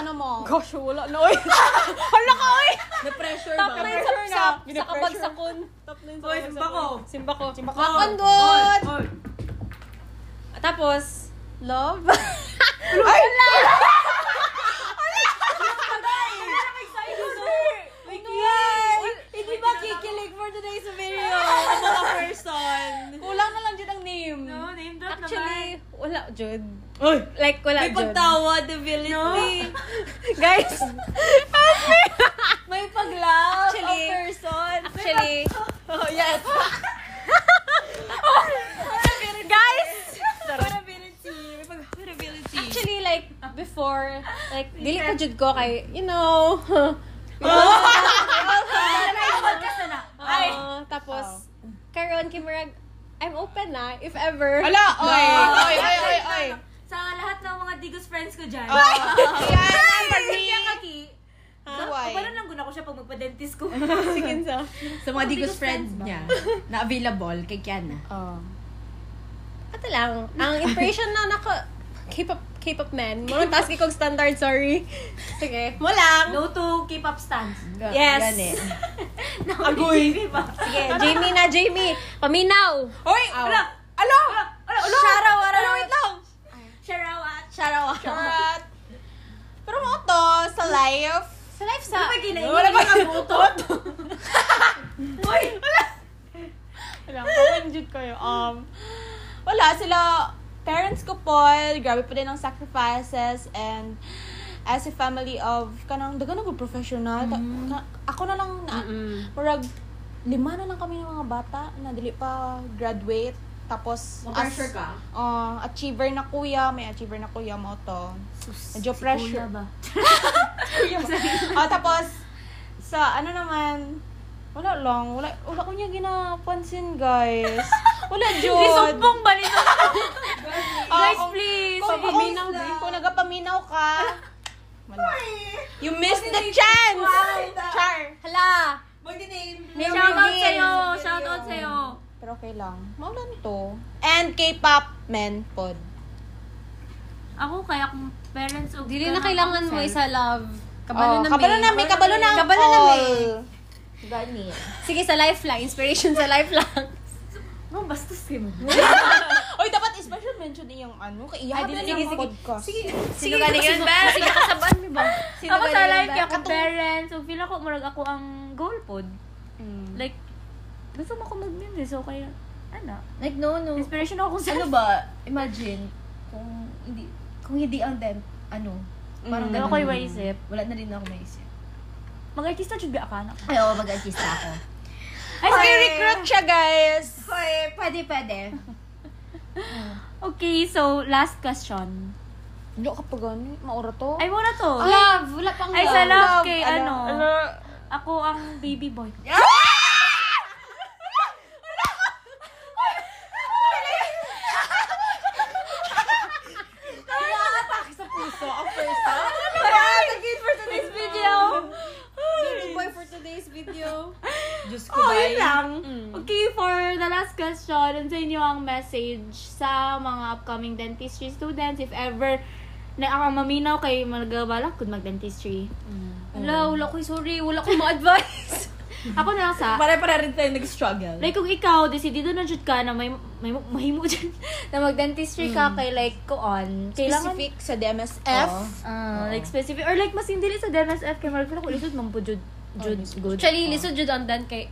[SPEAKER 5] Ano mo?
[SPEAKER 3] Gosh, wala na, oy.
[SPEAKER 5] Hala ka, oy!
[SPEAKER 2] Na-pressure
[SPEAKER 3] Top
[SPEAKER 2] ba?
[SPEAKER 3] 9 sa, sa, sa
[SPEAKER 5] Gina-pressure.
[SPEAKER 3] kabagsakon.
[SPEAKER 1] Oy, simba ko. Oh,
[SPEAKER 3] Simba ko. Simba ko.
[SPEAKER 5] Condon!
[SPEAKER 3] oh. Tapos, love.
[SPEAKER 5] Ay!
[SPEAKER 2] Hindi ba kikilig for today's video? Mga person.
[SPEAKER 3] Kulang na lang dyan ang name.
[SPEAKER 1] No, name drop
[SPEAKER 3] Actually, wala, Jud.
[SPEAKER 2] Oy!
[SPEAKER 3] Like, wala,
[SPEAKER 2] May
[SPEAKER 3] Jud.
[SPEAKER 2] pagtawa, the villain.
[SPEAKER 3] eh. *laughs* Guys,
[SPEAKER 2] May pag-love
[SPEAKER 3] Actually,
[SPEAKER 2] of person.
[SPEAKER 3] actually,
[SPEAKER 2] Oh, yes.
[SPEAKER 3] guys,
[SPEAKER 2] Vulnerability. May pag-vulnerability.
[SPEAKER 3] actually, like, before, like, dili ko Jud ko kay, you *laughs* know,
[SPEAKER 2] Ay.
[SPEAKER 3] *laughs* Ah, tapos, karon Kimurag, I'm open na, if ever.
[SPEAKER 5] Hala, oy! Oy, oy, oy, oy!
[SPEAKER 1] Sa lahat ng mga Digos friends ko dyan. Siya kaki.
[SPEAKER 5] Why?
[SPEAKER 1] Parang nanggun ako siya pag magpa-dentist ko.
[SPEAKER 3] Sige sa.
[SPEAKER 4] Sa mga digos friends niya, na available kay Kiana.
[SPEAKER 3] Ato lang, ang impression na nako, K-pop, K-pop men. Muna taas kong standard, sorry. Sige. Mo lang.
[SPEAKER 1] No to K-pop stands.
[SPEAKER 3] Yes.
[SPEAKER 1] *laughs*
[SPEAKER 4] Gani.
[SPEAKER 1] Agoy.
[SPEAKER 3] Sige, Jamie na, Jamie. Paminaw.
[SPEAKER 5] Oy! Hala! Alo!
[SPEAKER 1] Wala, wala.
[SPEAKER 5] Sharaw, alo! Wait lang!
[SPEAKER 1] Sharawat.
[SPEAKER 5] Sharaw. Sharat. Pero mo to, sa life.
[SPEAKER 3] Sa life sa...
[SPEAKER 1] Ano ba ginainin?
[SPEAKER 5] Wala ba
[SPEAKER 1] yung butot? Uy!
[SPEAKER 5] Wala, kapanjud ko yun. Um, wala, sila, parents ko po, grabe pa din ang sacrifices and as a family of kanang dagan ko professional ta- ka- ako na lang na murag lima na lang kami ng mga bata na dili pa graduate tapos as-
[SPEAKER 2] ka.
[SPEAKER 5] Oh, achiever na kuya, may achiever na kuya mo to. Medyo pressure.
[SPEAKER 1] ba?
[SPEAKER 5] *laughs* Ah, tapos sa ano naman, wala lang, wala wala ko niya ginapansin, guys. *laughs* Wala jud.
[SPEAKER 1] Isumbong ba nito?
[SPEAKER 5] Ah,
[SPEAKER 1] Guys,
[SPEAKER 5] kung-
[SPEAKER 1] please!
[SPEAKER 5] Kung, kung,
[SPEAKER 1] Paminaw.
[SPEAKER 5] kung, nagapaminaw ka, wala. You missed the chance! Char!
[SPEAKER 3] Hala!
[SPEAKER 1] Shoutout sa'yo! Shoutout sa'yo!
[SPEAKER 5] Pero okay lang. Maulan to. And K-pop men pod.
[SPEAKER 1] Ako kaya kung parents o
[SPEAKER 3] Dili na kailangan mo isa love.
[SPEAKER 5] Oh,
[SPEAKER 3] Kabalo na may.
[SPEAKER 5] kabalo na may, kabalo na ang
[SPEAKER 3] Kabalo na may.
[SPEAKER 5] all.
[SPEAKER 4] Gani.
[SPEAKER 3] Sige, sa life lang. Inspiration sa life lang.
[SPEAKER 1] Ang bastos kayo *laughs* mo.
[SPEAKER 5] Oy, dapat special mention yung ano, kaiyahan na ng podcast. Sige,
[SPEAKER 3] Sino galing yun, ba? Sige, kasabaan mo ba? Sino
[SPEAKER 1] Ako sa
[SPEAKER 3] galing yun,
[SPEAKER 1] life
[SPEAKER 3] ba?
[SPEAKER 1] kaya kung parents, so feel ako murag ako ang goal pod.
[SPEAKER 5] Mm.
[SPEAKER 1] Like, gusto mo ako mag-meme so kaya, ano,
[SPEAKER 4] Like, no, no.
[SPEAKER 1] inspiration ako kung saan.
[SPEAKER 4] Ano ba, imagine, kung hindi, kung hindi ang dem, ano,
[SPEAKER 1] Wala
[SPEAKER 4] parang ganun
[SPEAKER 1] ko'y
[SPEAKER 4] yung-
[SPEAKER 1] maisip.
[SPEAKER 4] Wala na rin ako maisip.
[SPEAKER 1] Mag-artista jud ba ka na?
[SPEAKER 4] Ay, oo, mag-artista ako.
[SPEAKER 5] I-recruit siya, guys.
[SPEAKER 4] Hoy, pwede, pwede.
[SPEAKER 1] Okay, so last question.
[SPEAKER 5] Hindi ka pa gani. Maura to.
[SPEAKER 1] Ay, muna to.
[SPEAKER 3] Love, wala pang
[SPEAKER 1] Ay, sa love
[SPEAKER 5] Love,
[SPEAKER 1] kay
[SPEAKER 5] ala,
[SPEAKER 1] ano.
[SPEAKER 5] ala.
[SPEAKER 1] Ako ang baby boy. This video.
[SPEAKER 5] Boy for today's video.
[SPEAKER 4] *laughs*
[SPEAKER 2] Diyos ko,
[SPEAKER 1] Oh,
[SPEAKER 2] bye.
[SPEAKER 1] yun lang. Okay, for the last question, sa inyo ang message sa mga upcoming dentistry students if ever na ang maminaw kay magabalak kung mag-dentistry.
[SPEAKER 3] Wala, wala ko, sorry. Wala ko ma-advise. *laughs*
[SPEAKER 1] Ako na lang sa
[SPEAKER 2] Pare-pare rin tayo nag-struggle.
[SPEAKER 1] Like, kung ikaw, decidido na jud ka na may, may mahimo *laughs* dyan na mag-dentistry ka kay like, koon. Kailangan,
[SPEAKER 5] Mm. Specific Oh. sa DMSF.
[SPEAKER 2] Oh.
[SPEAKER 1] Ah, like specific. Or like, mas hindi sa DMSF kay Marvel ko lisod mang po jud jud
[SPEAKER 5] Oh,
[SPEAKER 1] good.
[SPEAKER 3] Actually, lisod jud on dan kay...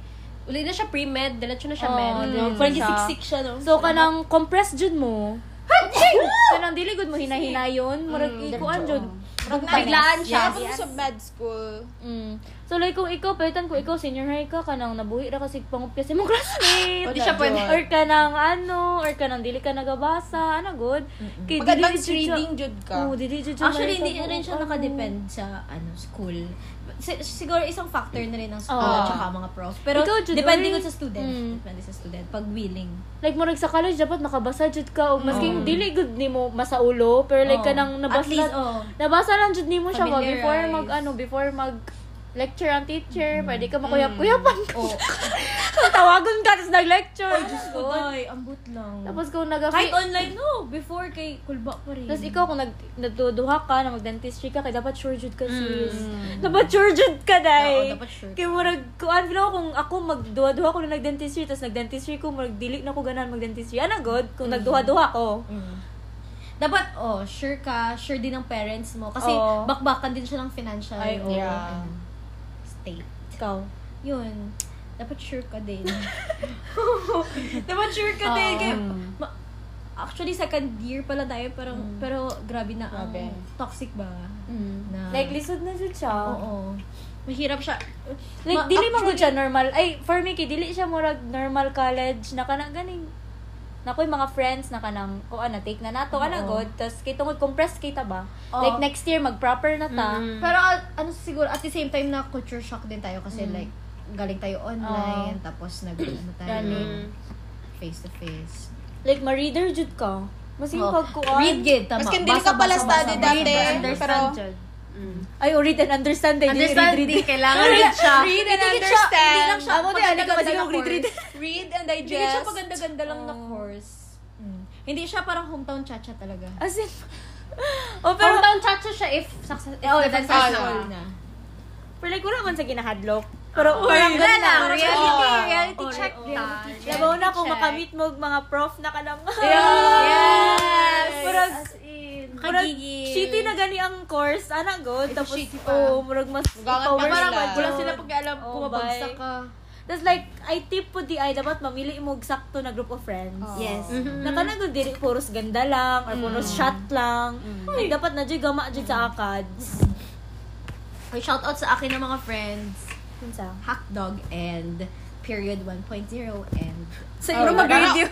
[SPEAKER 3] Uli na siya pre-med, diretso na
[SPEAKER 1] Oh,
[SPEAKER 3] siya med.
[SPEAKER 1] diba?
[SPEAKER 2] Parang siksik siya, no?
[SPEAKER 1] So, kanang compress jud mo. *laughs* kanang dili gud mo hinahina
[SPEAKER 5] Mm,
[SPEAKER 1] yun. Murag ikuan jud.
[SPEAKER 3] Biglaan siya.
[SPEAKER 5] Tapos Ano sa med school.
[SPEAKER 1] Mm. So, like, kung ikaw, palitan ko, ikaw, senior high ka, kanang nabuhi ra kasi pangupya sa imong classmate.
[SPEAKER 5] Wala, *laughs* Di siya pwede.
[SPEAKER 1] Or kanang ano, or kanang dili ka nagabasa, ano, good. Kay
[SPEAKER 5] Pag
[SPEAKER 1] dili
[SPEAKER 5] advanced
[SPEAKER 1] jud siya-
[SPEAKER 5] reading, jud ka.
[SPEAKER 1] Oo, dili jud siya
[SPEAKER 4] Actually, hindi
[SPEAKER 1] maitago,
[SPEAKER 4] rin siya
[SPEAKER 1] ano.
[SPEAKER 4] nakadepend sa ano school. Si- siguro isang factor na rin ng school
[SPEAKER 1] Oo.
[SPEAKER 4] at saka mga prof. Pero
[SPEAKER 1] Ikaw, Jud,
[SPEAKER 4] depende
[SPEAKER 1] or-
[SPEAKER 4] ko sa student.
[SPEAKER 1] Mm.
[SPEAKER 4] Depende sa student. Pag willing.
[SPEAKER 1] Like, murag sa college, dapat makabasa jud ka. O, masking dili good ni mo masaulo, pero like,
[SPEAKER 3] Oh.
[SPEAKER 4] Mm. Oo.
[SPEAKER 1] kanang nabasa,
[SPEAKER 4] At least, oo.
[SPEAKER 1] nabasa lang jud ni mo siya ba,
[SPEAKER 4] Familiarize. Mm.
[SPEAKER 1] before mag, ano, before mag, lecture ang teacher, pwede ka makuyap-kuyapan ka. *laughs* Tawagan ka, tapos nag-lecture.
[SPEAKER 4] Ay, oh. ambot lang.
[SPEAKER 1] Tapos kung nag
[SPEAKER 4] Kahit online, no. Before kay Kulba pa rin.
[SPEAKER 1] Tapos ikaw, kung nag nagduduha ka, na mag-dentistry ka, kaya dapat sure jud ka, sis. Dapat sure jud ka, day.
[SPEAKER 4] Mm. Oo, oh, dapat sure
[SPEAKER 1] Kaya murag, kuan ko kung ako magduha-duha ko na nag-dentistry, tapos nag-dentistry ko, murag dili na ko ganan mag-dentistry. Ano, good? Kung
[SPEAKER 4] Mm.
[SPEAKER 1] nagduha-duha ko.
[SPEAKER 4] Dapat, oh, sure ka. Sure din ng parents mo. Kasi
[SPEAKER 1] Oo.
[SPEAKER 4] bakbakan din siya ng financial
[SPEAKER 2] Ay, oo.
[SPEAKER 5] Yeah.
[SPEAKER 4] state.
[SPEAKER 1] Ikaw.
[SPEAKER 4] Yun. Dapat sure ka din. *laughs*
[SPEAKER 2] Diba sure ka din? Kaya,
[SPEAKER 1] Mm.
[SPEAKER 4] Ma- Actually, second year pala tayo, parang, pero grabe na ang
[SPEAKER 5] Grabe.
[SPEAKER 4] toxic ba? Mm. Na,
[SPEAKER 1] Like, lisod na jud siya.
[SPEAKER 4] oo. Mahirap siya.
[SPEAKER 1] Like,
[SPEAKER 4] Ma-
[SPEAKER 1] dili man gud siya normal. Ay, for me, kay, dili siya murag normal college, na kanang ganing na ko'y mga friends na kanang kuan na ano, take na nato ana good tas kay tungod compress kita ba
[SPEAKER 4] Oo.
[SPEAKER 1] like next year mag proper na ta
[SPEAKER 4] Pero at- ano siguro, at the same time na culture shock din tayo kasi like, galing tayo online, tapos nag, ano tayo,
[SPEAKER 1] Galing.
[SPEAKER 4] face to face.
[SPEAKER 1] Like, ma-reader jud ka. Mas yung pagkuan.
[SPEAKER 4] Read gid, tama.
[SPEAKER 5] Maski hindi ka pala study dati. Pero,
[SPEAKER 1] Ay, o read and understand. Ay,
[SPEAKER 3] Understand,
[SPEAKER 1] read, read,
[SPEAKER 3] di
[SPEAKER 1] read.
[SPEAKER 3] kailangan rin siya.
[SPEAKER 5] read and understand.
[SPEAKER 1] Amo di, ano ka kasi read, read.
[SPEAKER 5] Read and
[SPEAKER 4] Hindi siya
[SPEAKER 5] digest.
[SPEAKER 4] paganda-ganda lang na course. Mm. Hindi siya parang hometown chacha talaga.
[SPEAKER 1] *laughs* As in, *laughs* o
[SPEAKER 3] Pero
[SPEAKER 1] pero,
[SPEAKER 3] down chacha siya if success. Oh, if
[SPEAKER 5] successful.
[SPEAKER 3] successful.
[SPEAKER 4] Na.
[SPEAKER 1] pero like, wala man sa ginahadlok. Pero, parang
[SPEAKER 3] Wala
[SPEAKER 1] ganun
[SPEAKER 3] lang.
[SPEAKER 1] na.
[SPEAKER 3] Reality,
[SPEAKER 5] Oo.
[SPEAKER 3] reality check.
[SPEAKER 1] Labaw na kung makamit mo mga prof na kanang. *laughs*
[SPEAKER 3] Yes!
[SPEAKER 1] Parang, parang
[SPEAKER 3] Kagigil.
[SPEAKER 1] shitty na gani ang course. Ana, good. Tapos,
[SPEAKER 5] shitty pa.
[SPEAKER 1] oh, murag mas
[SPEAKER 5] Mugangan pa
[SPEAKER 1] empower
[SPEAKER 5] sila.
[SPEAKER 1] Wala
[SPEAKER 5] Wala
[SPEAKER 1] sila pag-alam kung
[SPEAKER 4] Oh,
[SPEAKER 1] mabagsak ka. Tapos like, I tip po di ay, dapat mamili mo sakto na group of friends.
[SPEAKER 5] Oh.
[SPEAKER 4] Yes.
[SPEAKER 1] na kanang good dili puros ganda lang or puros shot lang like dapat na jud gama jud sa akads
[SPEAKER 4] Okay, shout out sa akin ng mga friends.
[SPEAKER 1] unsa
[SPEAKER 4] Hackdog and period 1.0 and Ano
[SPEAKER 1] sa imo Ano mag-video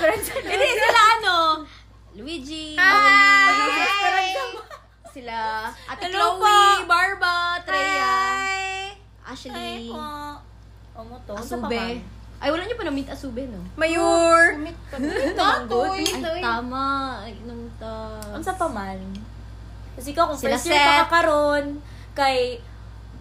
[SPEAKER 1] *laughs*
[SPEAKER 4] Hindi, sila ano? Luigi. Sila. Ate
[SPEAKER 1] Hello
[SPEAKER 4] Chloe, Barba, Treya. Ashley.
[SPEAKER 1] o mo to Unsa Ano pa man?
[SPEAKER 4] Asube. Ay, wala niyo pa na-meet Asube, no?
[SPEAKER 5] Mayur.
[SPEAKER 4] Ay,
[SPEAKER 3] eh.
[SPEAKER 4] tama. Ay, nung ta.
[SPEAKER 1] unsa pa man kasi ka kung
[SPEAKER 4] Sila
[SPEAKER 1] first year pa
[SPEAKER 4] Seth.
[SPEAKER 1] ka karon kay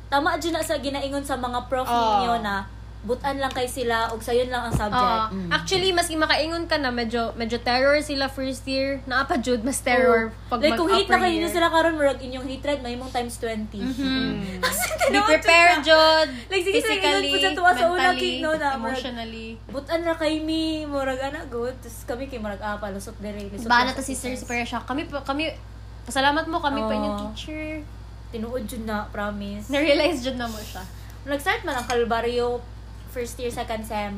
[SPEAKER 1] tama jud na sa ginaingon sa mga prof
[SPEAKER 3] Ah.
[SPEAKER 1] ninyo na butan lang kay sila og sayon lang ang subject
[SPEAKER 3] Oo. Ah, Actually, maski makaingon ka na, medyo medyo terror sila first year. Naapajud, mas terror pag
[SPEAKER 1] like, kung hate na kayo
[SPEAKER 3] mag-upper
[SPEAKER 1] na
[SPEAKER 3] year. Mm-hmm.
[SPEAKER 1] sila karon murag inyong hatred may mong times 20
[SPEAKER 5] *laughs*
[SPEAKER 1] Kasi
[SPEAKER 3] *laughs* Be
[SPEAKER 1] tinuod jud
[SPEAKER 3] prepared,
[SPEAKER 1] ka.
[SPEAKER 3] Jod.
[SPEAKER 1] Like, sige, sige,
[SPEAKER 3] physically,
[SPEAKER 1] yun po sa tuwa sa una,
[SPEAKER 3] mentally,
[SPEAKER 1] King, no, na, murag-
[SPEAKER 3] emotionally.
[SPEAKER 1] Butan ra kay mi, murag ana good. Tapos kami kay murag apa, lusot dere. Lusot
[SPEAKER 3] Bala
[SPEAKER 1] lusot,
[SPEAKER 3] ta si Sir
[SPEAKER 1] lusot.
[SPEAKER 3] Superior siya. Kami, po- kami, pasalamat mo kami pa
[SPEAKER 1] Oo.
[SPEAKER 3] inyong teacher.
[SPEAKER 1] Tinuod jud na, promise.
[SPEAKER 3] Na-realize jud na mo siya.
[SPEAKER 1] Nag-start man ang kalbaryo first year, second sem.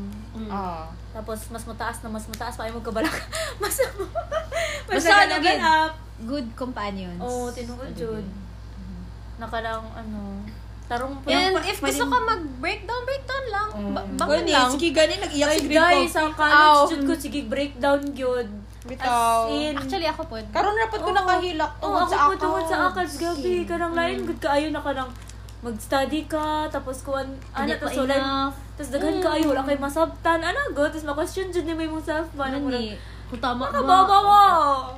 [SPEAKER 5] Ah.
[SPEAKER 1] Tapos mas mataas na mas mataas pa ay mo kabalak. *laughs* mas mas
[SPEAKER 4] Basta ano
[SPEAKER 1] nag
[SPEAKER 4] gid.
[SPEAKER 1] up.
[SPEAKER 4] Good companions.
[SPEAKER 1] Oh, tinuod jud. Nakalang Mm-hmm. ano. Tarong po.
[SPEAKER 6] And if gusto ka mag-breakdown, breakdown lang. Ba-
[SPEAKER 3] Mm.
[SPEAKER 5] Ganun
[SPEAKER 6] bangon
[SPEAKER 5] lang.
[SPEAKER 6] lang.
[SPEAKER 5] Sige, ganun. Nag-iyak
[SPEAKER 1] Ay,
[SPEAKER 5] si Green
[SPEAKER 1] guys,
[SPEAKER 5] Pop.
[SPEAKER 1] ang college
[SPEAKER 5] Ow.
[SPEAKER 1] jud ko, sige, breakdown yun.
[SPEAKER 5] Bitaw.
[SPEAKER 1] As in,
[SPEAKER 6] Actually, ako po.
[SPEAKER 5] Karoon na ko nakahilak
[SPEAKER 1] oh,
[SPEAKER 5] tungod
[SPEAKER 1] ako
[SPEAKER 5] sa
[SPEAKER 1] po
[SPEAKER 5] ako.
[SPEAKER 1] tungod sa akas, gabi. Karang lain, good kaayo na ka ng mag-study ka, tapos kuan, ana,
[SPEAKER 3] Hindi pa
[SPEAKER 1] tapos wala,
[SPEAKER 3] enough.
[SPEAKER 1] tapos daghan ka ayo, wala kay masabtan, ana, go, tapos ma-question jud ni may mong self, ba, na
[SPEAKER 3] Nani, kung tama ba?
[SPEAKER 1] Nakababa mo!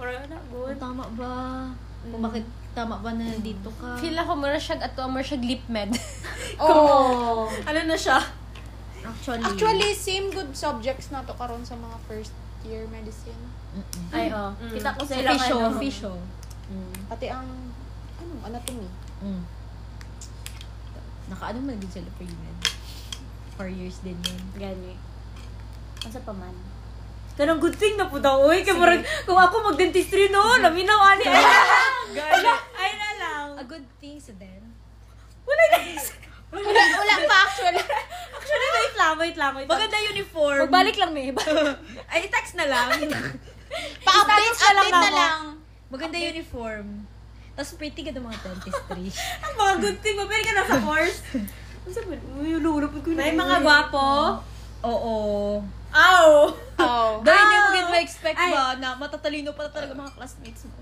[SPEAKER 1] Ana, good.
[SPEAKER 3] Kung tama ba? Kung bakit tama ba na dito ka?
[SPEAKER 6] Feel ako mura siya ato, mura siya lip med.
[SPEAKER 3] *laughs*
[SPEAKER 1] Oh.
[SPEAKER 5] Ano na siya?
[SPEAKER 3] Actually,
[SPEAKER 5] Actually, same good subjects na to karon sa mga first year medicine.
[SPEAKER 1] Ay, oh. Kita ko sa ilang
[SPEAKER 3] official.
[SPEAKER 1] ano.
[SPEAKER 3] Official.
[SPEAKER 5] Pati ang, anong anatomy.
[SPEAKER 3] Mm. Nakaano man din sila for yun. Four years din yun.
[SPEAKER 4] Gani. Asa pa man?
[SPEAKER 1] Kanang good thing na po daw, oy. Kaya parang, kung ako mag-dentistry no, laminaw ani. Ay na lang. Ala, Ay na lang.
[SPEAKER 3] A good thing sa then.
[SPEAKER 1] Wala guys.
[SPEAKER 5] Wala, wala pa actually.
[SPEAKER 1] *laughs* Actually, wait lang, wait lang, wait lang.
[SPEAKER 5] Maganda uniform.
[SPEAKER 6] Magbalik lang may iba.
[SPEAKER 1] Ay, text na lang.
[SPEAKER 5] Pa-update,
[SPEAKER 1] Status na lang
[SPEAKER 5] update na
[SPEAKER 1] ako.
[SPEAKER 5] lang.
[SPEAKER 3] Maganda uniform. Tapos pretty ka ng mga *laughs* dentistry.
[SPEAKER 1] Ang mga good thing, mabili ka na sa course. Ano sa man? Uy, lululap ko na.
[SPEAKER 5] May mga gwapo.
[SPEAKER 3] Oo. Ah!
[SPEAKER 5] Aw! Aw.
[SPEAKER 1] Oh.
[SPEAKER 3] Dahil hindi mo gid ma-expect
[SPEAKER 1] Ay.
[SPEAKER 3] ba na matatalino pa talaga mga classmates mo.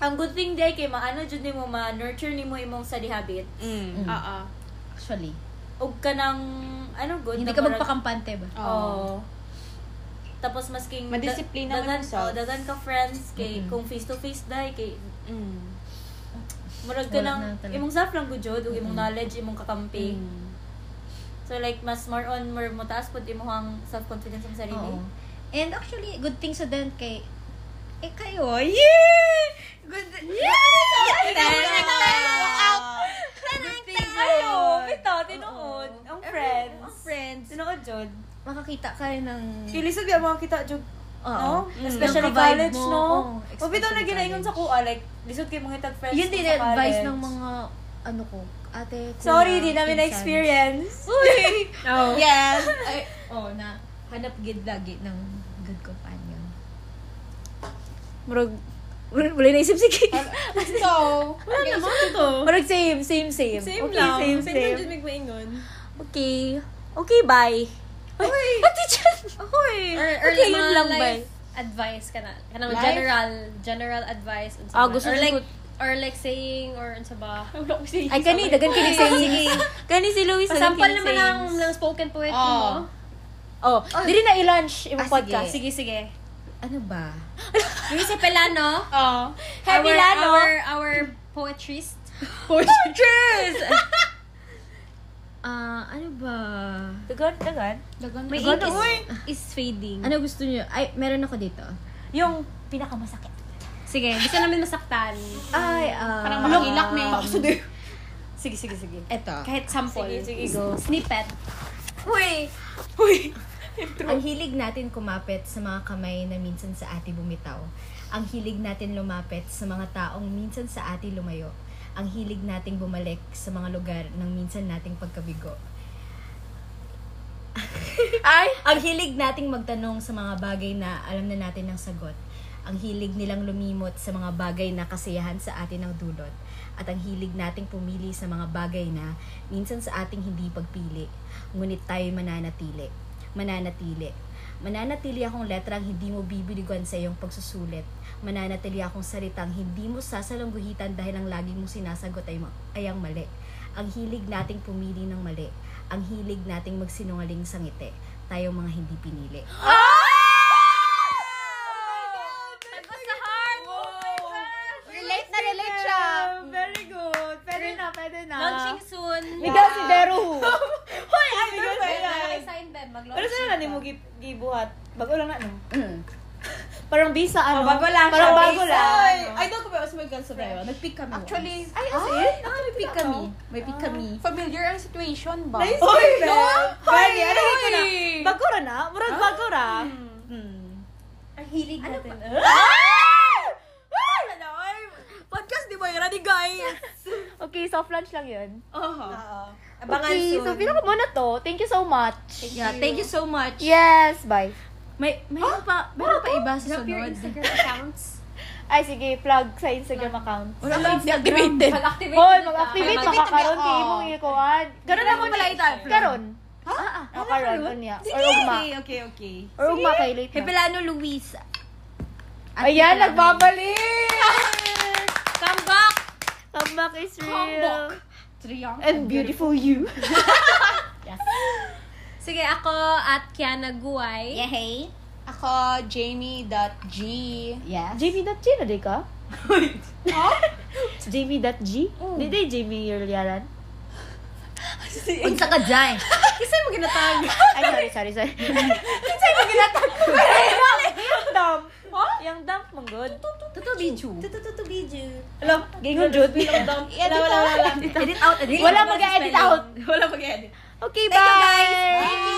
[SPEAKER 1] Ang good thing day kay maano jud nimo ma-nurture nimo imong study habit.
[SPEAKER 5] Mm.
[SPEAKER 1] Ah,
[SPEAKER 5] Oo.
[SPEAKER 3] Actually,
[SPEAKER 1] Ug kanang ano good na
[SPEAKER 3] hindi ka
[SPEAKER 1] parang-
[SPEAKER 3] magpakampante ba?
[SPEAKER 1] Oo. Tapos masking da-
[SPEAKER 5] Madisiplina man
[SPEAKER 1] daghan, oh,
[SPEAKER 5] yourself.
[SPEAKER 1] daghan ka friends kay kung face to face dai kay
[SPEAKER 5] Mm.
[SPEAKER 1] murag ka
[SPEAKER 3] Wala
[SPEAKER 1] ng
[SPEAKER 3] na talaga. Mm.
[SPEAKER 1] imong self lang gud jud ug imong knowledge imong kakampi.
[SPEAKER 5] Mm.
[SPEAKER 1] So like mas more on more mataas pud imong self confidence sa sarili.
[SPEAKER 3] Oo. And actually, good thing sa then kay eh kayo. Yeah! Good. Yeah!
[SPEAKER 5] Out!
[SPEAKER 3] Good thing
[SPEAKER 1] Ayo, bitaw tinuod ang friends.
[SPEAKER 3] Ang friends.
[SPEAKER 1] Tinuod jud.
[SPEAKER 3] Makakita ka rin ng...
[SPEAKER 1] Kini sad gyud makita jud
[SPEAKER 3] Oo.
[SPEAKER 1] no? Especially
[SPEAKER 3] Yung ka-vibe
[SPEAKER 1] college,
[SPEAKER 3] mo,
[SPEAKER 1] no?
[SPEAKER 3] oo,
[SPEAKER 1] Oh, bitaw na
[SPEAKER 3] especially
[SPEAKER 1] ginaingon sa
[SPEAKER 3] college.
[SPEAKER 1] kuha, like, lisod kay mga tag-friends
[SPEAKER 3] Yun
[SPEAKER 1] ko
[SPEAKER 3] din
[SPEAKER 1] sa
[SPEAKER 3] yung advice
[SPEAKER 1] college.
[SPEAKER 3] ng mga ano ko, ate ko.
[SPEAKER 1] Sorry, di namin na-experience. *laughs* Uy! no.
[SPEAKER 3] Yes. Ay, oh, na hanap gid lagi ng good companion.
[SPEAKER 1] Murag, wala wala naisip si Kay.
[SPEAKER 5] So,
[SPEAKER 1] Wala naman to. Murag same, same, same.
[SPEAKER 5] same
[SPEAKER 1] okay,
[SPEAKER 5] lang.
[SPEAKER 1] Same,
[SPEAKER 5] Same lang
[SPEAKER 1] same.
[SPEAKER 5] dyan magmaingon.
[SPEAKER 1] Okay. Okay, bye. *laughs* Uy! Pati dyan! Uy!
[SPEAKER 6] Or- or
[SPEAKER 1] Okay,
[SPEAKER 6] like
[SPEAKER 1] yun
[SPEAKER 6] mga
[SPEAKER 1] lang, bye.
[SPEAKER 6] life advice ka na. Kanang
[SPEAKER 5] Life?
[SPEAKER 6] general, general advice. unsa
[SPEAKER 1] Ah,
[SPEAKER 6] man.
[SPEAKER 1] gusto
[SPEAKER 6] or
[SPEAKER 1] ko-
[SPEAKER 6] like, or like saying, or unsa ba.
[SPEAKER 1] Ay, kani, dagan kini sa *laughs* Kani si Luis, dagan
[SPEAKER 6] Sampal
[SPEAKER 1] kini
[SPEAKER 6] naman
[SPEAKER 1] sayings. Ah,
[SPEAKER 6] ng, ng spoken poetry mo.
[SPEAKER 5] Oh.
[SPEAKER 1] Oh, diri na i-lunch imong
[SPEAKER 3] Ah, sige.
[SPEAKER 1] podcast.
[SPEAKER 6] Sige, sige.
[SPEAKER 3] Ano ba?
[SPEAKER 6] Yung si Pelano.
[SPEAKER 5] Oo.
[SPEAKER 1] Ah.
[SPEAKER 6] our,
[SPEAKER 1] Heavy lano.
[SPEAKER 6] Our, our
[SPEAKER 1] *laughs*
[SPEAKER 6] poetrist.
[SPEAKER 3] Ah, ano ba?
[SPEAKER 1] Dagan, dagan.
[SPEAKER 3] May
[SPEAKER 1] Ano,
[SPEAKER 3] ink is,
[SPEAKER 1] uy?
[SPEAKER 3] is fading. Ano gusto niyo? Ay, meron ako dito.
[SPEAKER 1] Yung pinakamasakit.
[SPEAKER 6] Sige, gusto namin masaktan.
[SPEAKER 3] Ay, ah...
[SPEAKER 5] Parang makahilak
[SPEAKER 1] eh.
[SPEAKER 5] may makasudo.
[SPEAKER 1] *laughs*
[SPEAKER 6] Sige, sige, sige.
[SPEAKER 3] Eto.
[SPEAKER 6] Kahit sample.
[SPEAKER 1] Sige, sige, go.
[SPEAKER 6] Snippet.
[SPEAKER 1] Uy! *laughs*
[SPEAKER 3] Ang hilig natin kumapit sa mga kamay na minsan sa ati bumitaw. Ang hilig natin lumapit sa mga taong minsan sa ati lumayo. Ang hilig nating bumalik sa mga lugar ng minsan nating pagkabigo.
[SPEAKER 5] Ay!
[SPEAKER 3] Ang hilig nating magtanong sa mga bagay na alam na natin ang sagot. Ang hilig nilang lumimot sa mga bagay na kasiyahan sa atin ang dulot. At ang hilig nating pumili sa mga bagay na minsan sa ating hindi pagpili. Ngunit tayo mananatili. Mananatili. Mananatili akong letrang hindi mo bibiliguan sa iyong pagsusulit. Mananatili akong salitang hindi mo sasalangguhitan dahil ang lagi mong sinasagot ay, ma- ay ang mali. Ang hilig nating pumili ng mali. Ang hilig nating magsinungaling sa ngiti. Tayong mga hindi pinili.
[SPEAKER 1] Ah!
[SPEAKER 6] Tagos sa heart!
[SPEAKER 1] Oh
[SPEAKER 5] Relate na relate siya.
[SPEAKER 1] Ah, Very good. Pwede na, pwede na.
[SPEAKER 6] Launching soon.
[SPEAKER 1] Migaw si Beru. *laughs* Hoy, ay,
[SPEAKER 5] Migaw
[SPEAKER 1] girl,
[SPEAKER 5] si
[SPEAKER 1] ay,
[SPEAKER 5] Beru.
[SPEAKER 1] ay.
[SPEAKER 6] Sign, Beb. Mag-launch.
[SPEAKER 1] Pero saan na ni mo gi- gibuhat? Bago lang na, no? *laughs* Parang bisa, ano? Parang
[SPEAKER 5] siya.
[SPEAKER 1] Mm. bago lang.
[SPEAKER 5] Ay,
[SPEAKER 1] Ay,
[SPEAKER 5] I don't know kung may girl sa Breva. Nag-pick kami. Actually,
[SPEAKER 1] ay, ay, ay, pick kami.
[SPEAKER 3] May pick kami.
[SPEAKER 5] familiar ang situation ba?
[SPEAKER 1] Nice Oy, no? Hoy, ano ko na? Bago ra na? Murag bago ra.
[SPEAKER 3] Ang hilig
[SPEAKER 1] Ano
[SPEAKER 3] natin.
[SPEAKER 1] Podcast di ba yun? Ready, guys?
[SPEAKER 4] Okay, soft lunch lang yun.
[SPEAKER 5] Oo.
[SPEAKER 1] Abangan
[SPEAKER 4] okay,
[SPEAKER 1] soon.
[SPEAKER 4] so pinaka muna to. Thank you so much.
[SPEAKER 3] Yeah, thank you so much.
[SPEAKER 4] Yes, bye.
[SPEAKER 3] May may pa, ano meron pa iba sa sunod.
[SPEAKER 6] Instagram accounts.
[SPEAKER 4] *laughs* Ay, sige, plug sa Instagram account.
[SPEAKER 5] Wala, deactivated.
[SPEAKER 3] Mag-activate
[SPEAKER 4] Hoy,
[SPEAKER 3] na
[SPEAKER 4] mag-activate
[SPEAKER 3] tayo.
[SPEAKER 4] pa ka karon kay ah.
[SPEAKER 5] ako.
[SPEAKER 4] imong ikuan. Karon na mo
[SPEAKER 5] pala
[SPEAKER 4] ni-
[SPEAKER 5] ito, Efren.
[SPEAKER 4] Karon. Ha? Ah, karon unya. Or ugma.
[SPEAKER 7] okay, okay.
[SPEAKER 4] Or ugma kay late. na.
[SPEAKER 3] Ano,
[SPEAKER 7] Hepilano Luisa.
[SPEAKER 4] Ayan, nagbabalik.
[SPEAKER 3] *laughs* Come back!
[SPEAKER 4] Come back is real.
[SPEAKER 3] Comeback.
[SPEAKER 1] Triang.
[SPEAKER 4] And
[SPEAKER 3] *laughs*
[SPEAKER 4] beautiful you.
[SPEAKER 3] Sige, ako at Kiana Guay.
[SPEAKER 1] Yehey.
[SPEAKER 5] Ako, Jamie.g.
[SPEAKER 1] Yes.
[SPEAKER 4] Jamie.g na di ka? Wait. Jamie.g? Di di Jamie Yerliaran?
[SPEAKER 1] Unsa ka dyan?
[SPEAKER 3] Kasi mo ginatag.
[SPEAKER 4] Ay, sorry, sorry, sorry. Yung dump. Yung dump, manggod.
[SPEAKER 1] Totoo biju.
[SPEAKER 4] Alam, gingon jud.
[SPEAKER 5] Wala, wala, wala.
[SPEAKER 1] Edit out, edit
[SPEAKER 4] Wala mag-edit out.
[SPEAKER 5] Wala mag-edit.
[SPEAKER 4] Okay, bye. Thank you, guys. Bye.